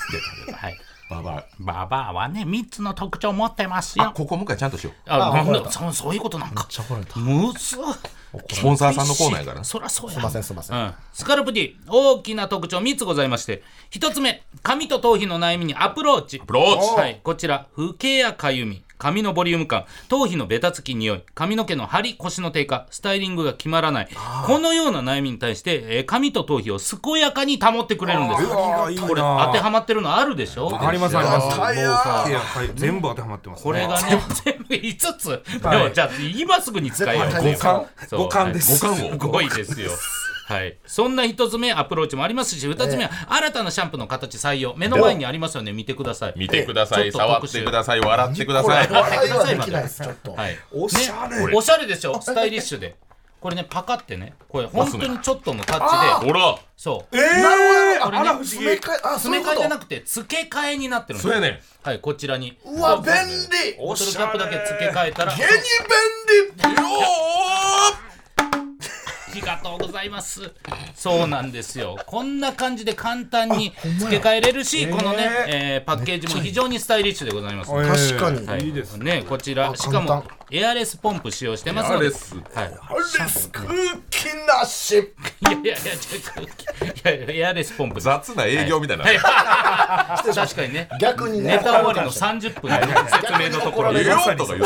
S2: はい。
S1: ババ
S2: ババアはね、3つの特徴持ってます
S1: アあ
S2: よ。
S1: ここ向井ちゃんとしよ
S2: あ、
S4: あ
S2: なん
S4: 怒られ
S2: だ
S4: た
S2: そうそういうことなんか。
S4: 怒られた
S2: むずっ
S1: うスポンサーさんのコーナーやからな
S2: そらそうや。
S4: すいませんすいません、
S2: うん、スカルプ D 大きな特徴3つございまして1つ目髪と頭皮の悩みにアプローチア
S1: プローチ
S2: はい、こちら不けやかゆみ髪のボリューム感頭皮のベタつき匂い髪の毛の張り腰の低下スタイリングが決まらないこのような悩みに対して、えー髪と頭皮を健やかに保ってくれるんです
S5: ありがたいな
S2: これ当てはまってるのあるでしょ
S5: ありますあります。もう
S4: 早い
S5: さ、いやはい全部当てはまってます。
S2: これがね全部5つ、
S5: はい
S2: でもじゃあ今すぐに使えよう
S5: 五感
S2: そう
S5: 五感です。
S1: 五感を
S2: すごいですよ。はい、そんな一つ目アプローチもありますし二つ目は新たなシャンプーの形採用目の前にありますよね見てください
S1: 見てください
S2: ちょっ
S1: 触
S2: と特
S1: っ
S2: 集
S1: てください笑ってください
S4: これ笑いはできないですちょっと、
S2: はい、
S5: おしゃれ
S2: ねおしゃれでしょスタイリッシュでこれねパカってねこれ本当にちょっとのタッチ
S1: ほ
S2: で
S1: ら
S2: そう
S5: ええー、
S2: これね
S5: あら不思
S4: 詰め
S5: 議。
S4: 替えあそう
S2: 詰
S4: いう
S2: め替
S4: こ
S2: え
S4: と
S2: じゃなくて付け替えになってるん
S1: そう
S2: で
S1: や
S2: す
S1: ねん
S2: はいこちらに
S4: うわ便利
S2: ボトルカップだけ付け替えたら
S4: 家に便利
S2: ありがとうございます。そうなんですよ。こんな感じで簡単に付け替えれるし、
S5: ほん
S2: こ
S5: まや
S2: のね、
S5: え
S2: えーパッケージも非常にスタイリッシュでございます。
S5: えー
S4: 確かに、
S2: はい
S5: いです
S2: ね、こちら、しか
S4: 簡単
S2: もエアレスポンプ使用してますので。
S1: エアレス
S2: はい。
S4: あれ空気なし
S2: いやいやいや、ちょっといやいや、エアレスポンプ。
S1: 雑な営業みたいな、
S2: はい確かにね。
S4: 逆にね
S2: ネタ終わりの30分の説明のところ
S1: ええ
S2: で
S1: よとか言うと怒られる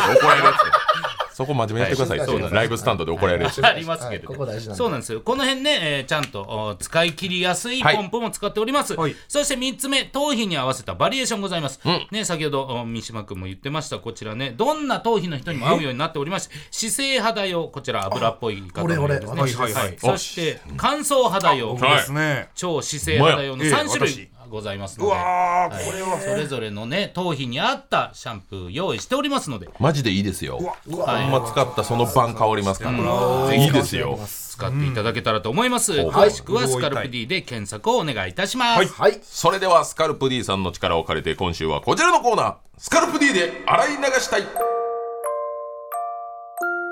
S1: や つそこ真面目にやってください、
S4: はい
S1: そうなんですライブスタンドで怒られるやつ
S2: ありますけ
S4: はい
S2: ど
S4: こ
S2: ね、
S4: こ大事なんで
S2: そうなんですよこの辺ね、えーちゃんとお使い切りやすい
S1: はい
S2: ポンプも使っております、
S5: はい
S2: そして3つ目頭皮に合わせたバリエーションございます、ね先ほどお三島君も言ってましたこちらねどんな頭皮の人にも合うようになっておりまして姿勢肌用こちら油っぽい方のようですね
S4: 俺俺私
S5: ですはいはいはい
S2: そして乾燥肌用
S1: はい
S5: ですね。
S2: 超姿勢肌用の
S5: ほんまや
S2: 3種
S5: え
S2: 類ございますの
S5: う
S2: で、
S5: わーこれ
S2: それぞれのね頭皮に合ったシャンプー用意しておりますので
S1: マジでいいですよ
S4: うわ
S1: ほんま使ったその晩香りますからいいですよ
S2: 使っていただけたらと思います、
S1: ん
S2: 詳しくはスカルプ D で検索をお願いいたします、
S4: はい
S1: それではスカルプ D さんの力を借りて今週はこちらのコーナースカルプ D で洗い流したい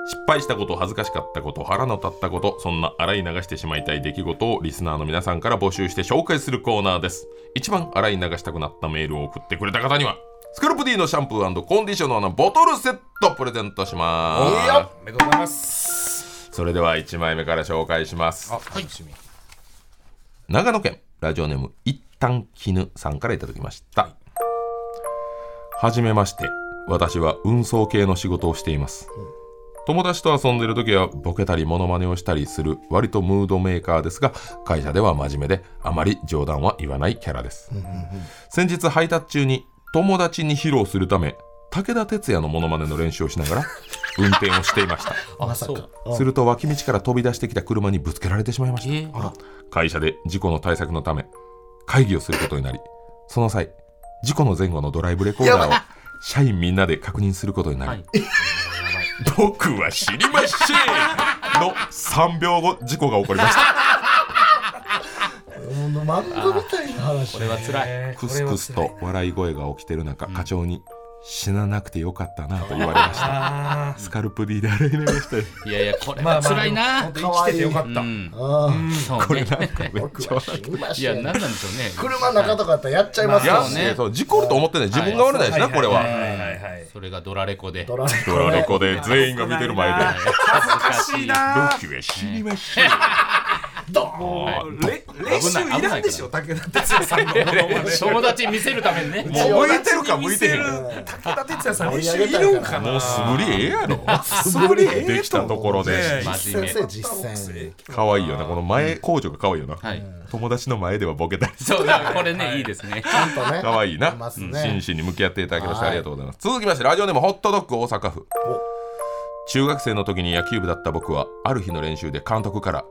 S1: 失敗したこと恥ずかしかったこと腹の立ったことそんな洗い流してしまいたい出来事をリスナーの皆さんから募集して紹介するコーナーです一番洗い流したくなったメールを送ってくれた方にはスカルプ D のシャンプーコンディショナーのボトルセットプレゼントします
S5: おめでとうございます。
S1: それでは1枚目から紹介します
S2: はい、
S1: 長野県ラジオネーム一旦絹さんからいただきましたはじめまして私は運送系の仕事をしています、友達と遊んでる時はボケたりモノマネをしたりする割とムードメーカーですが会社では真面目であまり冗談は言わないキャラです、先日配達中に友達に披露するため武田鉄矢のモノマネの練習をしながら運転をしていました
S2: あそう
S1: すると脇道から飛び出してきた車にぶつけられてしまいました
S2: えー
S1: 会社で事故の対策のため会議をすることになりその際事故の前後のドライブレコーダーを社員みんなで確認することになり、
S2: はい
S1: 僕は知りませんの3秒後事故が起こりま した
S4: うん漫画みたいな話
S2: これは辛い、
S1: クスクスと笑い声が起きてる中課長に死ななくてよかったなと言われましたスカルプ D で洗い流したい
S2: いやいやこれは辛いな、
S5: 本当生きててよかった
S2: う。ん
S4: あー
S2: そう
S1: これ
S2: ね
S1: なんかめっちゃ笑
S4: 知りま
S2: い
S4: せ
S2: や何
S4: ん
S2: なんでしょうね
S4: 車の中とかやったらやっちゃいま
S1: う
S4: す
S1: いや
S4: よ
S2: そう
S1: ね
S2: ね
S1: そう事故ると思ってない自分が悪ないしなこれ
S5: い
S1: は
S5: はいはいはい。
S2: それがドラレコで
S4: ドラレ
S1: ドラレコで全員が見てる前で
S2: 恥ずか
S5: しいな
S1: 僕は死にまし
S5: もうレ練習いらんでしょ武田鉄矢さんの。
S2: 友達に見せるためにね
S4: 一応
S5: 向いてるか向いてへん。武田鉄矢さん練習いるんかな。
S1: もう素振りええ やろ
S5: 素
S4: 振りええ
S1: できたところで
S5: ね
S2: 真面目
S4: 先生実践
S1: 可愛いよなこの前工場が可愛いよな、
S2: はい
S1: 友達の前ではボケたり
S2: そうだこれね、い、いですね
S4: ちゃんとね
S1: 可愛いな、
S4: います
S1: う
S4: ね
S1: ん真摯に向き合っていただきまして
S4: は
S1: あ
S4: い
S1: りがとうございます続きましてラジオネームホットドッグ大阪府中学生の時に野球部だった僕はある日の練習で監督から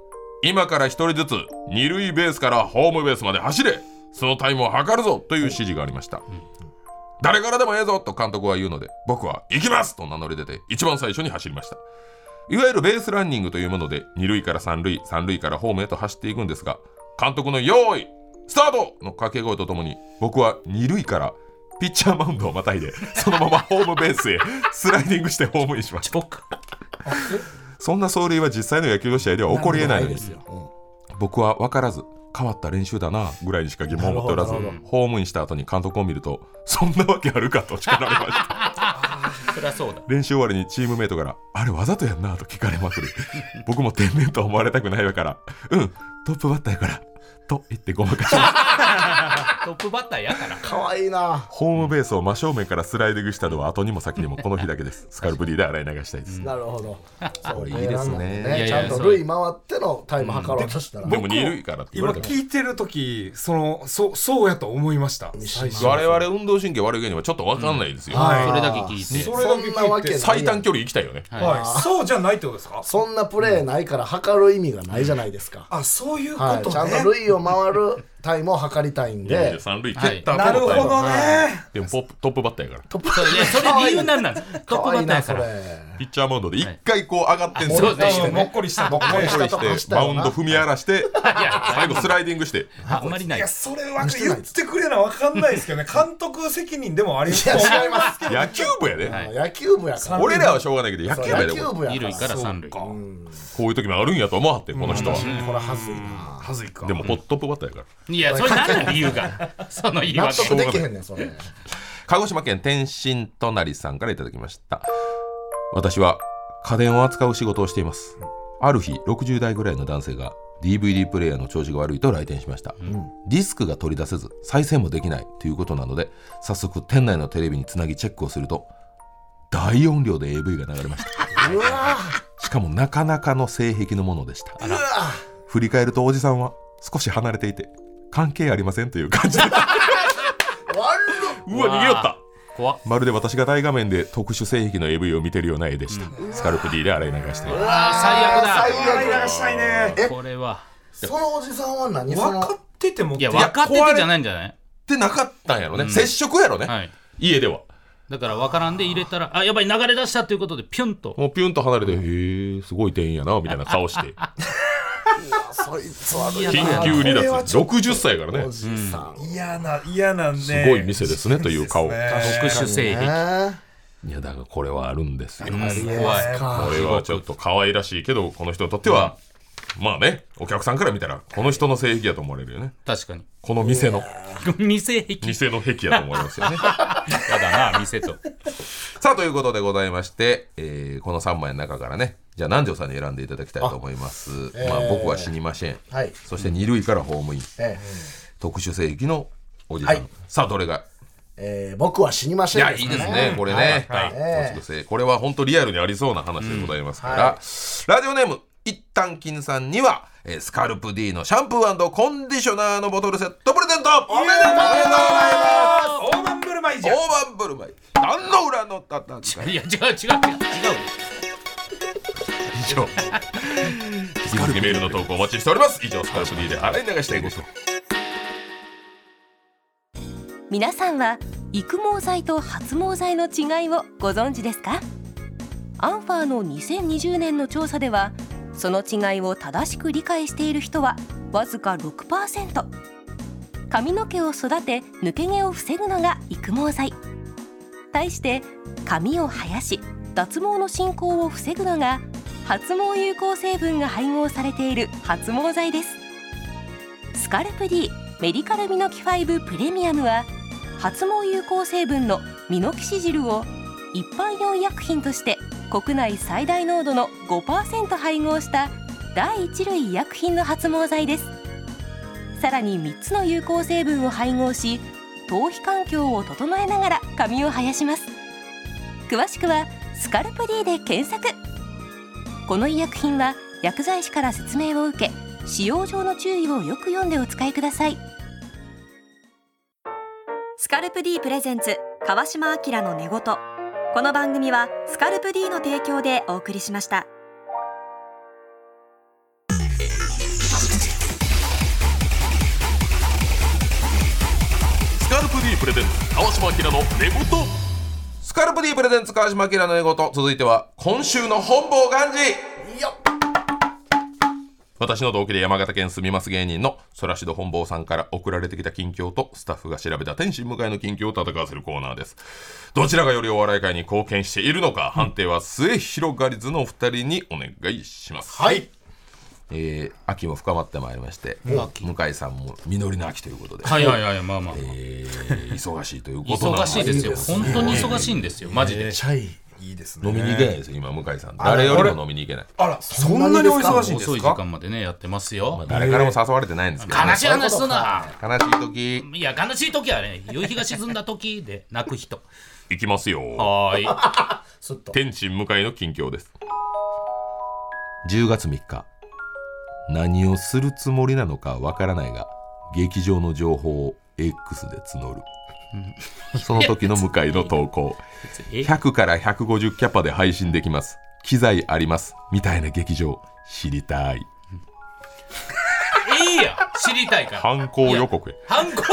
S1: 今から一人ずつ二塁ベースからホームベースまで走れそのタイムを測るぞという指示がありました、誰からでもええぞと監督は言うので僕は行きますと名乗り出て一番最初に走りましたいわゆるベースランニングというもので二塁から三塁三塁からホームへと走っていくんですが監督の「用意スタート!」の掛け声とともに僕は二塁からピッチャーマウンドをまたいでそのままホームベースへスライディングしてホームにしました
S2: 超か
S1: そんな走塁は実際の野球の試合では起こりえないの
S4: で
S1: です
S4: よ
S1: 僕は分からず変わった練習だなぐらいにしか疑問を持っておらず
S4: なるほどな
S1: ホームインした後に監督を見るとそんなわけあるかと叱られました
S2: そりゃそうだ
S1: 練習終わりにチームメイトから「あれわざ とやんな」と聞かれまくる僕も天然とは思われたくないわから「うんトップバッターやからと言ってごまか します
S2: トップバッターやから
S4: かわいいな
S1: ホームベースを真正面からスライディングしたのは後にも先にもこの日だけですスカルプ D で洗い流したいです、
S4: なるほどそう
S1: いいですね
S4: なんだ
S2: いやい
S4: ち
S2: や
S4: ゃんと類回ってのタイム測ろうとしたら
S1: でも2塁からって言
S5: 今
S1: われて
S5: 聞いてる時そのそうそうやと思いました最初
S1: も我々運動神経悪い芸人はちょっと分かんないですよ、
S5: はい
S2: それだけ聞いて
S5: それ
S4: そ
S5: だけ
S4: んな
S5: 聞
S4: わ
S5: い
S4: け
S5: て
S4: ない
S1: 最短距離行きたいよね
S2: はい
S5: はいそうじゃないってことですか
S4: そんなプレーないから測る意味がないじゃないですか、
S5: あそういうこ
S4: はい、
S5: と
S4: ちゃん
S5: ね
S4: と類を回るタイムを測りたいんで
S1: 43塁蹴った
S5: なる
S1: 後
S5: ほ
S1: のタイム
S5: どね
S1: でもポップトップバッターやから
S2: そういやそれ理由なんなん ですト
S4: か
S2: ップバッターや
S4: わいいな
S2: か
S4: そ
S2: ら
S4: れ
S1: ピッチャーモードで1回こう上がってんす
S2: は
S1: よ
S2: いそうです
S5: うんもっこりしたもっこりし
S1: 上
S5: た
S1: が
S4: とか
S1: っ
S4: してたよ
S1: バ
S4: な
S1: ウンド踏み荒らして
S2: いや
S1: 最後スライディングして
S2: あんまりないい
S5: やそれは言ってくれなわかんないですけどね監督責任でもあり
S4: い
S5: そ
S4: や
S5: う
S4: 違いますけど、
S1: 野球部やで、
S2: はい
S4: 野球部やから
S1: 俺らはしょうがないけど野
S4: そう
S1: 球部や
S4: 野
S1: でこ
S4: 球部や
S2: 二
S4: から
S2: 塁から三塁
S5: そう
S1: ういう時もあるんやと思わはってこの人は、
S4: これはずいな
S5: はずいか
S1: でもポットップバッターやから
S2: いやそれ何なん理由 がその言い
S4: 納
S2: 訳
S4: 得できへんねんそれ
S1: 鹿児島県天心隣さんからいただきました私は家電を扱う仕事をしていますある日60代ぐらいの男性が DVD プレイヤーの調子が悪いと来店しました、ディスクが取り出せず再生もできないということなので早速店内のテレビにつなぎチェックをすると大音量で AV が流れました
S4: うわ
S1: しかもなかなかの性癖のものでした
S4: ーうわ
S1: 振り返るとおじさんは少し離れていて関係ありませんという感じで
S4: ー悪
S1: うわ逃げよった
S2: 怖っ
S1: まるで私が大画面で特殊性癖の AV を見てるような絵でした、スカルプ D で洗い流して
S4: っわ
S2: あー最
S5: 洗い流
S4: 最悪
S5: したいね
S4: え
S2: これは
S4: そのおじさんは何
S5: 分
S4: その
S5: かってても
S2: いや分かっててじゃないんじゃない
S1: でなかったんやろね、接触やろね、
S2: はい
S1: 家では
S2: だから分からんで入れたらあやばい流れ出したということでピュンと
S1: もうピュンと離れて「へえすごい店員やな」 みたいな顔して
S4: そいつ悪い
S1: 緊急離脱60歳やからね
S4: おじさん、
S5: 嫌な嫌なんです
S1: ごい店ですねという顔
S2: 特殊性癖
S4: ね
S1: いやだからこれはあるんですよこ
S2: 怖い
S1: れはちょっと可愛らしいけどこの人にとっては、まあねお客さんから見たらこの人の性癖やと思われるよね
S2: 確かに
S1: この店の
S2: 店癖
S1: 店の癖やと思いますよね
S2: やだな店と
S1: さあということでございまして、えーこの3枚の中からねじゃあ南條さんに選んでいただきたいと思いますまあ、
S4: えー
S1: 僕は死にません、
S4: はい
S1: そして二塁からホームイン、
S4: え
S1: 特殊正義のおじさん、
S4: はい
S1: さあどれが
S4: ええー僕は死にま
S1: い
S4: せん
S1: や
S4: で
S1: い
S4: す
S1: い
S4: か
S1: ですねこれね、
S4: はい
S1: はい特殊性これは本当リアルにありそうな話でございますから、ラジオネーム一旦金さんには、えースカルプ D のシャンプーコンディショナーのボトルセットプレゼントおめでとうございます
S5: 大盤振る舞いじゃん
S1: 大盤振る舞い壇の裏の戦い
S2: いや 違う違う違う
S1: 以上スカルプメールの投稿お待ちしております以上スカルプ D で洗い流したいこと
S6: 皆さんは育毛剤と発毛剤の違いをご存知ですかアンファーの2020年の調査ではその違いを正しく理解している人はわずか6%髪の毛を育て抜け毛を防ぐのが育毛剤対して髪を生やし脱毛の進行を防ぐのが発毛有効成分が配合されている発毛剤ですスカルプ D メディカルミノキ5プレミアムは発毛有効成分のミノキシジルを一般用医薬品として国内最大濃度の5%配合した第一類医薬品の発毛剤ですさらに3つの有効成分を配合し頭皮環境を整えながら髪を生やします詳しくは「スカルプ D」で検索この医薬品は薬剤師から説明を受け使用上の注意をよく読んでお使いください
S7: スカルプ D プレゼンツ川島明の寝言この番組はスカルプ D の提供でお送りしました
S1: スカルプ D プレゼンツ川島明の寝言スカルプ D プレゼンツ川島明の寝言続いては今週の本望元事
S4: よっ
S1: 私の同期で山形県住みます芸人のソラシド本坊さんから送られてきた近況とスタッフが調べた天心向かいの近況を戦わせるコーナーですどちらがよりお笑い界に貢献しているのか判定は末広がりずのお二人にお願いします
S4: はい
S1: えー秋も深まってまいりまして向井さんも実りの秋ということで、
S2: はいはいはいまあまあ
S1: えー忙しいということなの
S2: 忙しいですよ
S4: いいですね
S2: 本当に忙しいんですよマジ
S4: め
S2: で
S4: っちゃいい
S5: いいですね
S1: 飲みに行けないですよ今向井さん誰よりも飲みに行けない
S5: あらそんなにお忙しいんです
S2: 遅い時
S5: か
S2: 間までねやってます
S1: まあ
S2: よ
S1: 誰からも誘われてないんですけどね
S2: 悲しい話すな
S1: 悲しい時
S2: いや悲しい時はね夕日が沈んだ時で泣 く人
S1: 行きますよ
S2: はーい
S4: すっと
S1: 天津向井の近況です10月3日何をするつもりなのかわからないが劇場の情報を X で募るその時の向井の投稿
S2: え
S1: 100から150キャパで配信できます機材ありますみたいな劇場知りたい
S2: いいや知りたいから
S1: 犯行予告や
S2: 犯行予告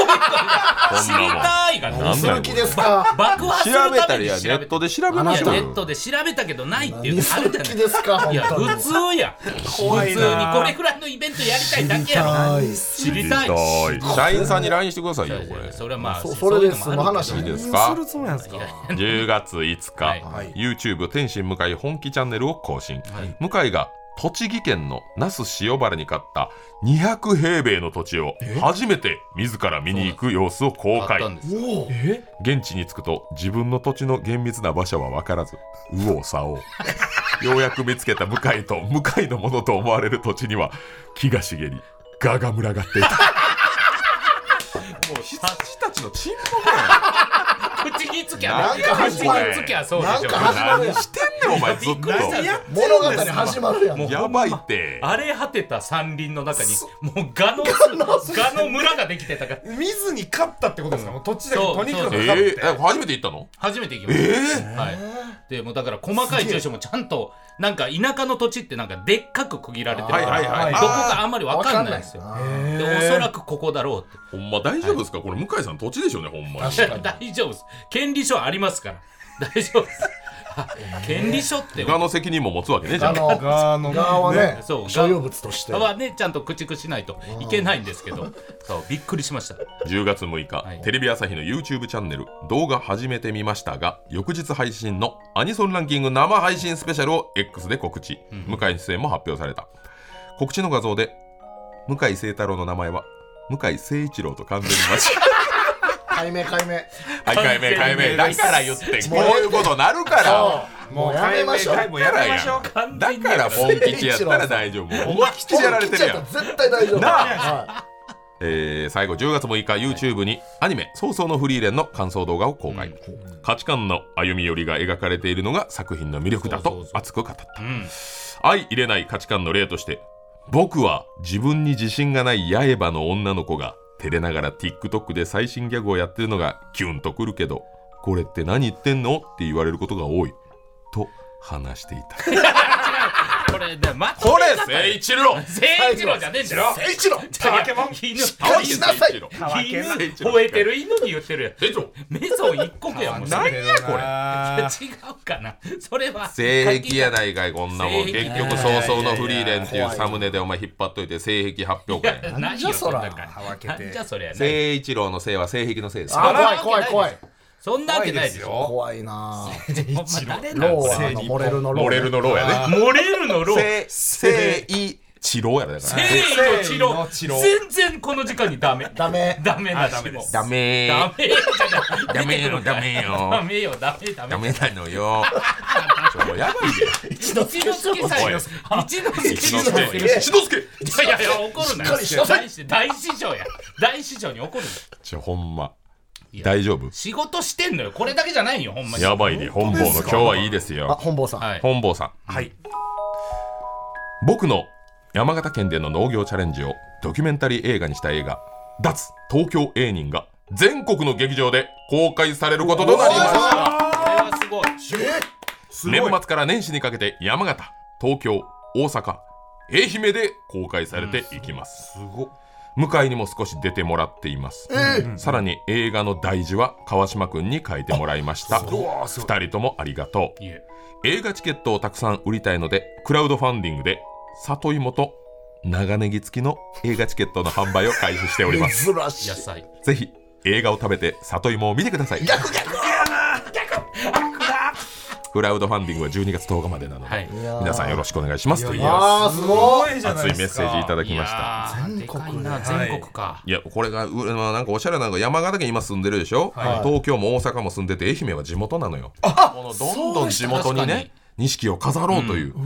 S1: こん
S2: 知
S1: なもん
S2: りたいが
S1: なん
S4: す
S1: だよ
S4: る気ですか
S2: 爆破するた
S1: 調
S2: めに
S1: べたりやネットで調べま
S2: い
S1: し
S2: や
S1: た
S2: ネ
S1: よ
S2: ットで調べたけどないっていう
S4: 何
S2: の
S4: す
S2: ある
S4: る
S2: じゃ
S4: 気
S2: ない
S4: ですか
S2: い
S4: 本
S2: や
S4: 当に
S2: 普通や
S5: 怖い
S2: 普通に
S5: な
S2: これくらいのイベントやりたいだけやろ
S4: はい
S2: 知りたい
S1: 知りたい社員さんに LINE してくださいよこれ
S2: それはまあ
S4: そそれで
S2: そ
S4: そ
S2: い
S4: う
S2: う
S4: の
S2: もある
S4: 話
S1: いい
S4: ね
S1: ですか
S5: するつもりなんですか
S1: 10月5日、
S2: はい
S1: YouTube 天津向井本気チャンネルを更新、
S2: はい
S1: 向井が栃木県の那須塩原に買った200平米の土地を初めて自ら見に行く様子を公
S2: あった
S1: 開
S2: んです
S1: 現地に着くと自分の土地の厳密な場所は分からず右往左往ようやく見つけた向井と向井のものと思われる土地には木が茂りガが群がっていたも う羊たちのチンポぐらい
S2: 口につきゃ
S1: なんか始
S2: 口
S1: まる
S2: につきゃそうでし
S4: なん
S2: ょ
S4: か始まるやん
S1: してんねんお前ずっと
S4: 物語始まるやん
S2: もう
S1: やばいって
S2: 荒れ果てた山林の中にもうガの ガの村ができてたから
S5: 見ずに勝ったってことですかもう土地だけ
S2: そう
S5: とにかく
S1: え
S5: 勝って
S1: ー、え初めて行ったの
S2: 初めて行きました、はいでもうだから細かい住所もちゃんとなんか田舎の土地ってなんかでっかく区切られてるから、
S1: はいはいはい
S2: どこかあんまり分かんないんですよ
S4: わかんないな
S2: でおそらくここだろうって
S1: ほんま大丈夫ですか、これ向井さん土地でしょうねほんまに
S2: 大丈夫です権利書ありますから 大丈夫ですあ権利書って
S1: 他の責任も持つわけねじゃ
S4: あ
S1: あ
S4: の
S5: ガーの
S4: 側はね
S2: そう
S4: 所有物として
S2: はねちゃんと駆逐しないといけないんですけどそうびっくりしました
S1: 10月6日、
S2: い
S1: テレビ朝日の YouTube チャンネル動画始めてみましたが翌日配信のアニソンランキング生配信スペシャルを X で告知、向井出演も発表された告知の画像で向井聖太郎の名前は向井聖一郎と完全に間違え
S4: 解明解明
S1: はい、解明、解明。だから言って、こういうことなるから。
S4: もうやめましょう
S5: 解明解明やめましょう
S2: 完
S1: だ
S2: 全に
S1: から、ポン吉やったら大丈夫。思い吉やられてるや
S4: 本
S1: ん。
S4: 気ちゃったら絶対大丈夫
S1: な
S4: はい
S1: えー最後、10月6日、YouTube にアニメ、早々のフリーレンの感想動画を公開。価値観の歩み寄りが描かれているのが作品の魅力だ
S2: そう
S1: と
S2: そうそう
S1: 熱く語った。
S2: うん
S1: 相入れない価値観の例として、僕は自分に自信がない八重歯の女の子が、照れながら TikTok で最新ギャグをやってるのがキュンとくるけど、これって何言ってんのって言われることが多い。と話していた。
S2: これでまと
S1: これ聖一郎
S2: 聖一郎じゃねえんだろ
S4: 聖一郎
S2: 化け物犬
S4: 返しなさい
S1: 聖一郎
S2: 犬吠えてる犬に言ってる
S1: 聖一郎
S2: やんメゾン一国やもんそれ
S1: 何やこれ
S5: あ
S2: 違うかなそれは
S1: 性癖やないかいこんなもん
S2: 性
S1: 結
S2: 癖
S1: 局早々のフリーレンっていうサムネでお前引っ張っといて性癖発表会
S2: 何
S4: じゃそら
S2: わけてじゃそれやね
S1: 聖一郎の性は性癖の性です
S4: あ怖い怖い怖い
S2: そんなわけないでしょ
S4: 怖いな
S2: ほんま誰な
S4: ロ
S2: の
S4: ーはあのモレルのロー
S1: モレルのローやね
S2: 漏れるのロー
S1: 聖聖一郎やねだから
S2: 誠意の治療
S5: 誠意の治
S2: 全然この時間にダメ
S4: ダメ
S2: ダメだダメです
S1: ダメ
S2: ダメよ
S1: ダメよダメ
S2: ダ
S1: よ
S2: メよダメダメ
S1: ダメなの よちょやばいで
S2: 一之輔さんよ一之輔
S1: 一
S2: さ
S1: 之
S2: ん
S1: 輔一之輔
S2: いやいや怒るなよ
S4: しっかりしなさい
S2: 大師大師匠や大師匠に怒るな
S1: ちょほんま
S2: や
S1: 大丈夫
S2: 仕事してんのよこれだけじゃないよほんまに
S1: やばいで本坊の今日はいいです
S4: あ
S1: よ
S4: 本坊さん
S2: はい
S1: 本坊さん
S5: はい
S1: 僕の山形県での農業チャレンジをドキュメンタリー映画にした映画「脱東京芸人」が全国の劇場で公開されることとなりました
S2: これはすごい
S1: 年末から年始にかけて山形東京大阪愛媛で公開されていきます、向井にも少し出てもらっています、さらに映画の題字は川島くんに書いてもらいました2人ともありがとう
S2: いえ
S1: 映画チケットをたくさん売りたいのでクラウドファンディングで里芋と長ネギ付きの映画チケットの販売を開始しております
S4: 珍しい
S2: 野菜
S1: ぜひ映画を食べて里芋を見てください逆逆やな逆クラウドファンディングは12月10日までなので、
S2: はい
S1: 皆さんよろしくお願いしますという
S4: あーすごい
S5: いじゃな
S1: 熱
S5: い
S1: い
S5: で
S1: メッ
S5: す
S1: セ
S5: か
S1: ージいただきました。
S2: た
S4: 全
S2: で
S4: 国
S2: かいな
S4: はい
S2: 全国か
S1: いやこれがうまあなんかおしゃれなのが山形県今住んでるでしょ、
S4: はい
S1: 東京も大阪も住んでて愛媛は地元なのよこのどんどん地元に
S2: そうでした
S1: ね錦を飾ろうという、そこ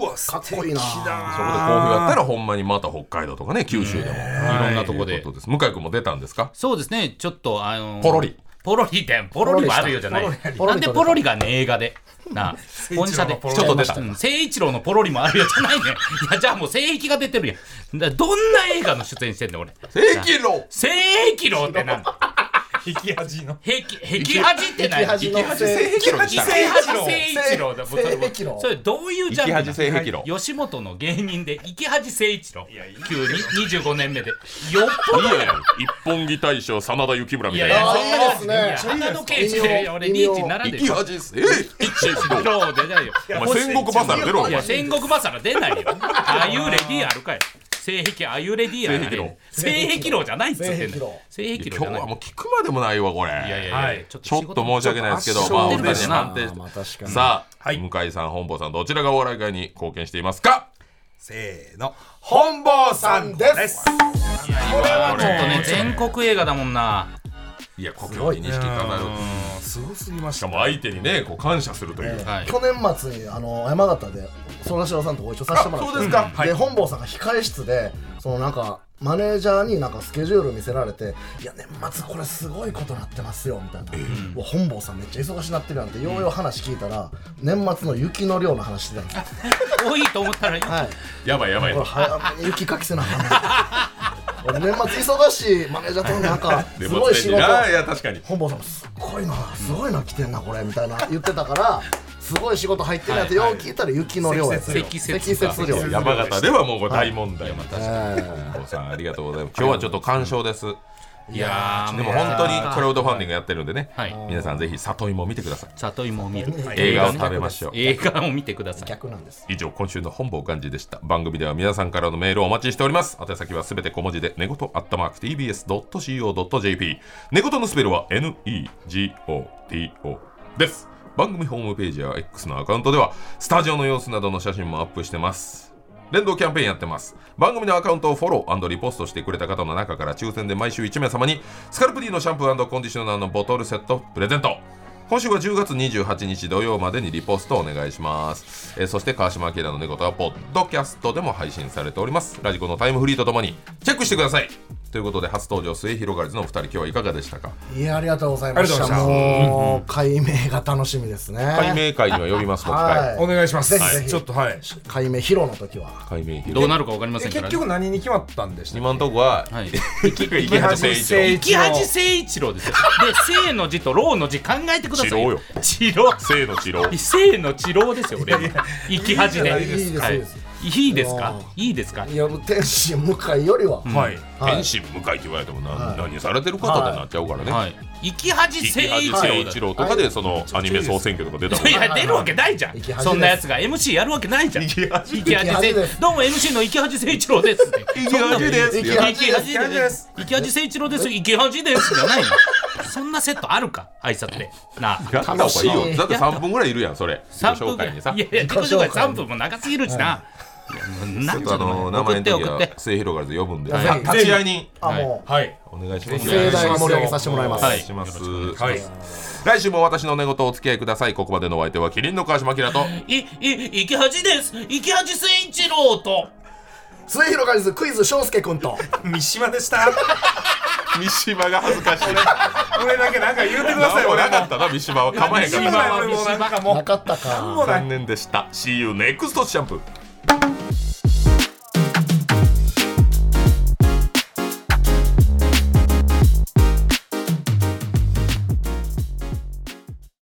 S1: で
S5: うわ
S4: かっこいいな
S5: 素敵だ
S1: 甲府
S5: な
S1: があったらほんまにまた北海道とかね九州でも、
S2: いろんなとこ
S1: という
S2: で
S1: ことです向井君も出たんですか
S2: そうですねちょっとあのー
S1: ポロリ
S2: ポロリでポロリもあるよじゃない
S4: ポロ
S2: なん
S4: リした
S2: でポロリがね映画でなあスポンジャで
S5: 誠一郎の
S1: リちょっ
S5: ポロ
S1: と出た
S2: うん誠一郎のポロリもあるよじゃないねいやじゃあもう聖域が出てるやんだどんな映画の出演してんの俺
S1: 平気の
S2: 聖域郎ってなんだ
S5: 引き味の
S2: 壁壁恥ってない
S4: 生き恥のせい
S1: 平気のにした
S2: 生恥誠
S4: 生
S2: 一郎だもうそれも
S4: 生一郎
S2: それどういうジャン
S1: 生き
S2: ルなの
S1: 恥性癖論
S2: 吉本の芸人で生き恥誠一郎急に25年目でよっぽ
S1: いい
S2: ど
S1: よ
S2: や
S1: 一本木大将真田幸村み
S2: い
S1: た
S2: や
S1: い
S2: いや
S1: な
S4: あ
S2: そ
S4: ー
S2: ん
S4: いいですね
S2: な花の刑事で俺リーチにならん
S1: 生
S2: で
S1: き
S2: しょ
S1: 恥性一郎
S2: 今日出ないよ
S1: お前戦国バサラ出ろお
S2: い
S1: 前
S2: や戦国バサラ出ないよあゆレディーあるかい性癖あゆレディーあるかい性癖論じゃないっつってんだよ性癖
S1: 今日
S2: 論じゃない
S1: はもう聞くまでもないわこれ
S2: いやいやいや、
S5: はい
S2: ちょっと
S1: ちょっと申し訳ないですけど、
S5: ち
S1: ま
S5: ょ
S1: あ、
S5: っ
S1: お
S5: と
S1: 二
S5: 圧
S1: 人
S5: 勝
S1: に
S5: で
S1: 判定し
S5: すな
S1: て
S4: まあ確かに
S1: さあ、
S5: はい
S1: 向井さん、本坊さん、どちらがお笑い界に貢献していますか。
S5: せーの本坊さんです
S1: これは
S2: ちょっとね全国映画だもんない
S1: や、故郷に認識かなる。
S5: すごすぎまし
S1: したかも、相手にね、こう感謝するという。
S2: はい
S4: 去年末にあの山形でそらしろさんとご一緒させてもらって
S1: あそうですか
S4: で本坊さんが控え室でそのなんかマネージャーになんかスケジュール見せられて「いや年末これすごいことなってますよ」みたいな「うわ本坊さんめっちゃ忙しなってるやん」ってようよう話聞いたら年末の雪の量の話してたんですよ
S2: 多いと思ったら
S4: はい
S1: やばいやばい
S4: これ。早めに雪かきせなあか んな俺年末忙しいマネージャーとなん か
S1: ですも
S4: ごい仕事
S1: ああ、いや、確かに。
S4: 本坊さんもすっごいなすごいな来てんなこれみたいな言ってたからすごい仕事入ってるやつよう聞いたら雪の量やった
S2: 積雪
S4: 積雪量
S1: 山形ではもうこれ大問題。本
S4: え
S1: 坊さん、ありがとうございます。今日はちょっと感傷です。
S2: いやー
S1: でも、本当にクラウドファンディングやってるんでね
S2: はい。
S1: 皆さん、ぜひ里芋を見てください。
S2: 里芋を見る
S1: 映画を
S2: ね
S1: 食べましょう。
S2: 映画を見てくださ
S4: え
S2: い
S4: 逆なんです
S1: 以上今週の本坊幹事でした番組では皆さんからのメールをお待ちしております宛先はすべて小文字で寝言アットマーク TBS.CO.JP 寝言のスペルは NEGOTO です番組ホームページや X のアカウントではスタジオの様子などの写真もアップしてます連動キャンペーンやってます番組のアカウントをフォローリポストしてくれた方の中から抽選で毎週1名様にスカルプ D のシャンプーコンディショナーのボトルセットプレゼント今週は10月28日土曜までにリポストお願いします、えーそして川島明の猫とはポッドキャストでも配信されておりますラジコのタイムフリーとともにチェックしてくださいということで初登場末広がりずのお二人今日はいかがでしたか
S4: いやありがとうございまし
S5: あ
S4: た
S5: りがとうございました
S4: もう解明が楽しみですね
S1: 解明会には呼びますもう一回
S5: お
S4: は
S5: 願いします
S4: ぜひぜひ
S5: ちょっとはい
S4: い解明披露の時は
S1: 解明披露
S2: どうなるかわかりませ
S5: え
S2: んから
S5: 結
S2: ね
S5: 局何に決まったんでしたっ
S1: 今んとこは、
S2: はい
S1: 池原誠一郎
S5: 池
S2: 生恥誠一郎ですよで「生」の字と「老」の字考えてください
S1: 治療よ
S2: 治療
S1: 生の治療
S2: 生の治療ですよ俺今生き恥で
S4: いいじゃないです
S2: はいいいですか
S4: もう
S2: いいですか
S4: いや天使向井よりは
S5: 郎はい
S4: はい
S1: 天心向井って言われても何,、
S4: はい
S1: 何されてる方ってなっちゃうからね、
S2: はい生き恥
S1: 池
S2: 誠
S1: 原
S2: 一
S1: 誠
S2: 郎だ
S1: 一郎とかでそのアニメ総選挙とか出たもん
S2: い
S1: ね
S2: や出るわけないじゃん
S4: 生き恥です
S2: そんなやつが MC やるわけないじゃん生き
S4: 生き
S2: 恥
S4: 恥
S2: で
S4: ですす
S2: どうも MC の生き恥誠一郎ですって
S1: 池原です
S4: 池
S2: 生
S4: 恥
S2: き恥です生き恥誠一郎です生き恥ですじゃないのそんなセットあるか挨拶でなあ
S1: やった方がいいよ
S4: 楽しい
S1: だって3分ぐらいいるやんそれ自
S2: 三
S1: 己
S2: 分
S1: 紹
S2: ぐ
S1: 介
S2: らい
S1: に
S2: い
S1: さ
S2: やいや自己紹介3分も長すぎるしな。
S1: ち
S2: な
S1: ょっ
S2: ん
S1: とあの名前の時
S2: 送っ
S1: は
S2: て送って
S1: 末広がりで呼ぶんで、
S4: はい
S1: さ立ち会いに
S4: あも
S5: はい
S1: お願いします。
S4: う盛大に盛り上げさせてもらいます
S1: お願いします。
S5: はい
S1: 来週も私の寝言をお付き合いください。ここまでのお相手はキリンの川島明と。
S2: いい池恥です池恥誠一郎と
S4: 末広がりずクイズ翔介君と
S5: 三島でした
S1: 三島が恥ずかしい。
S5: 俺だけなんか言うてください
S1: 何も
S5: 俺
S1: なか
S5: も
S1: ったな三島は構え
S5: 三
S1: が
S5: 島
S1: な
S5: 俺もなんかもう
S4: なかったか
S5: もうない
S1: 残念でした。See you next シャンプー。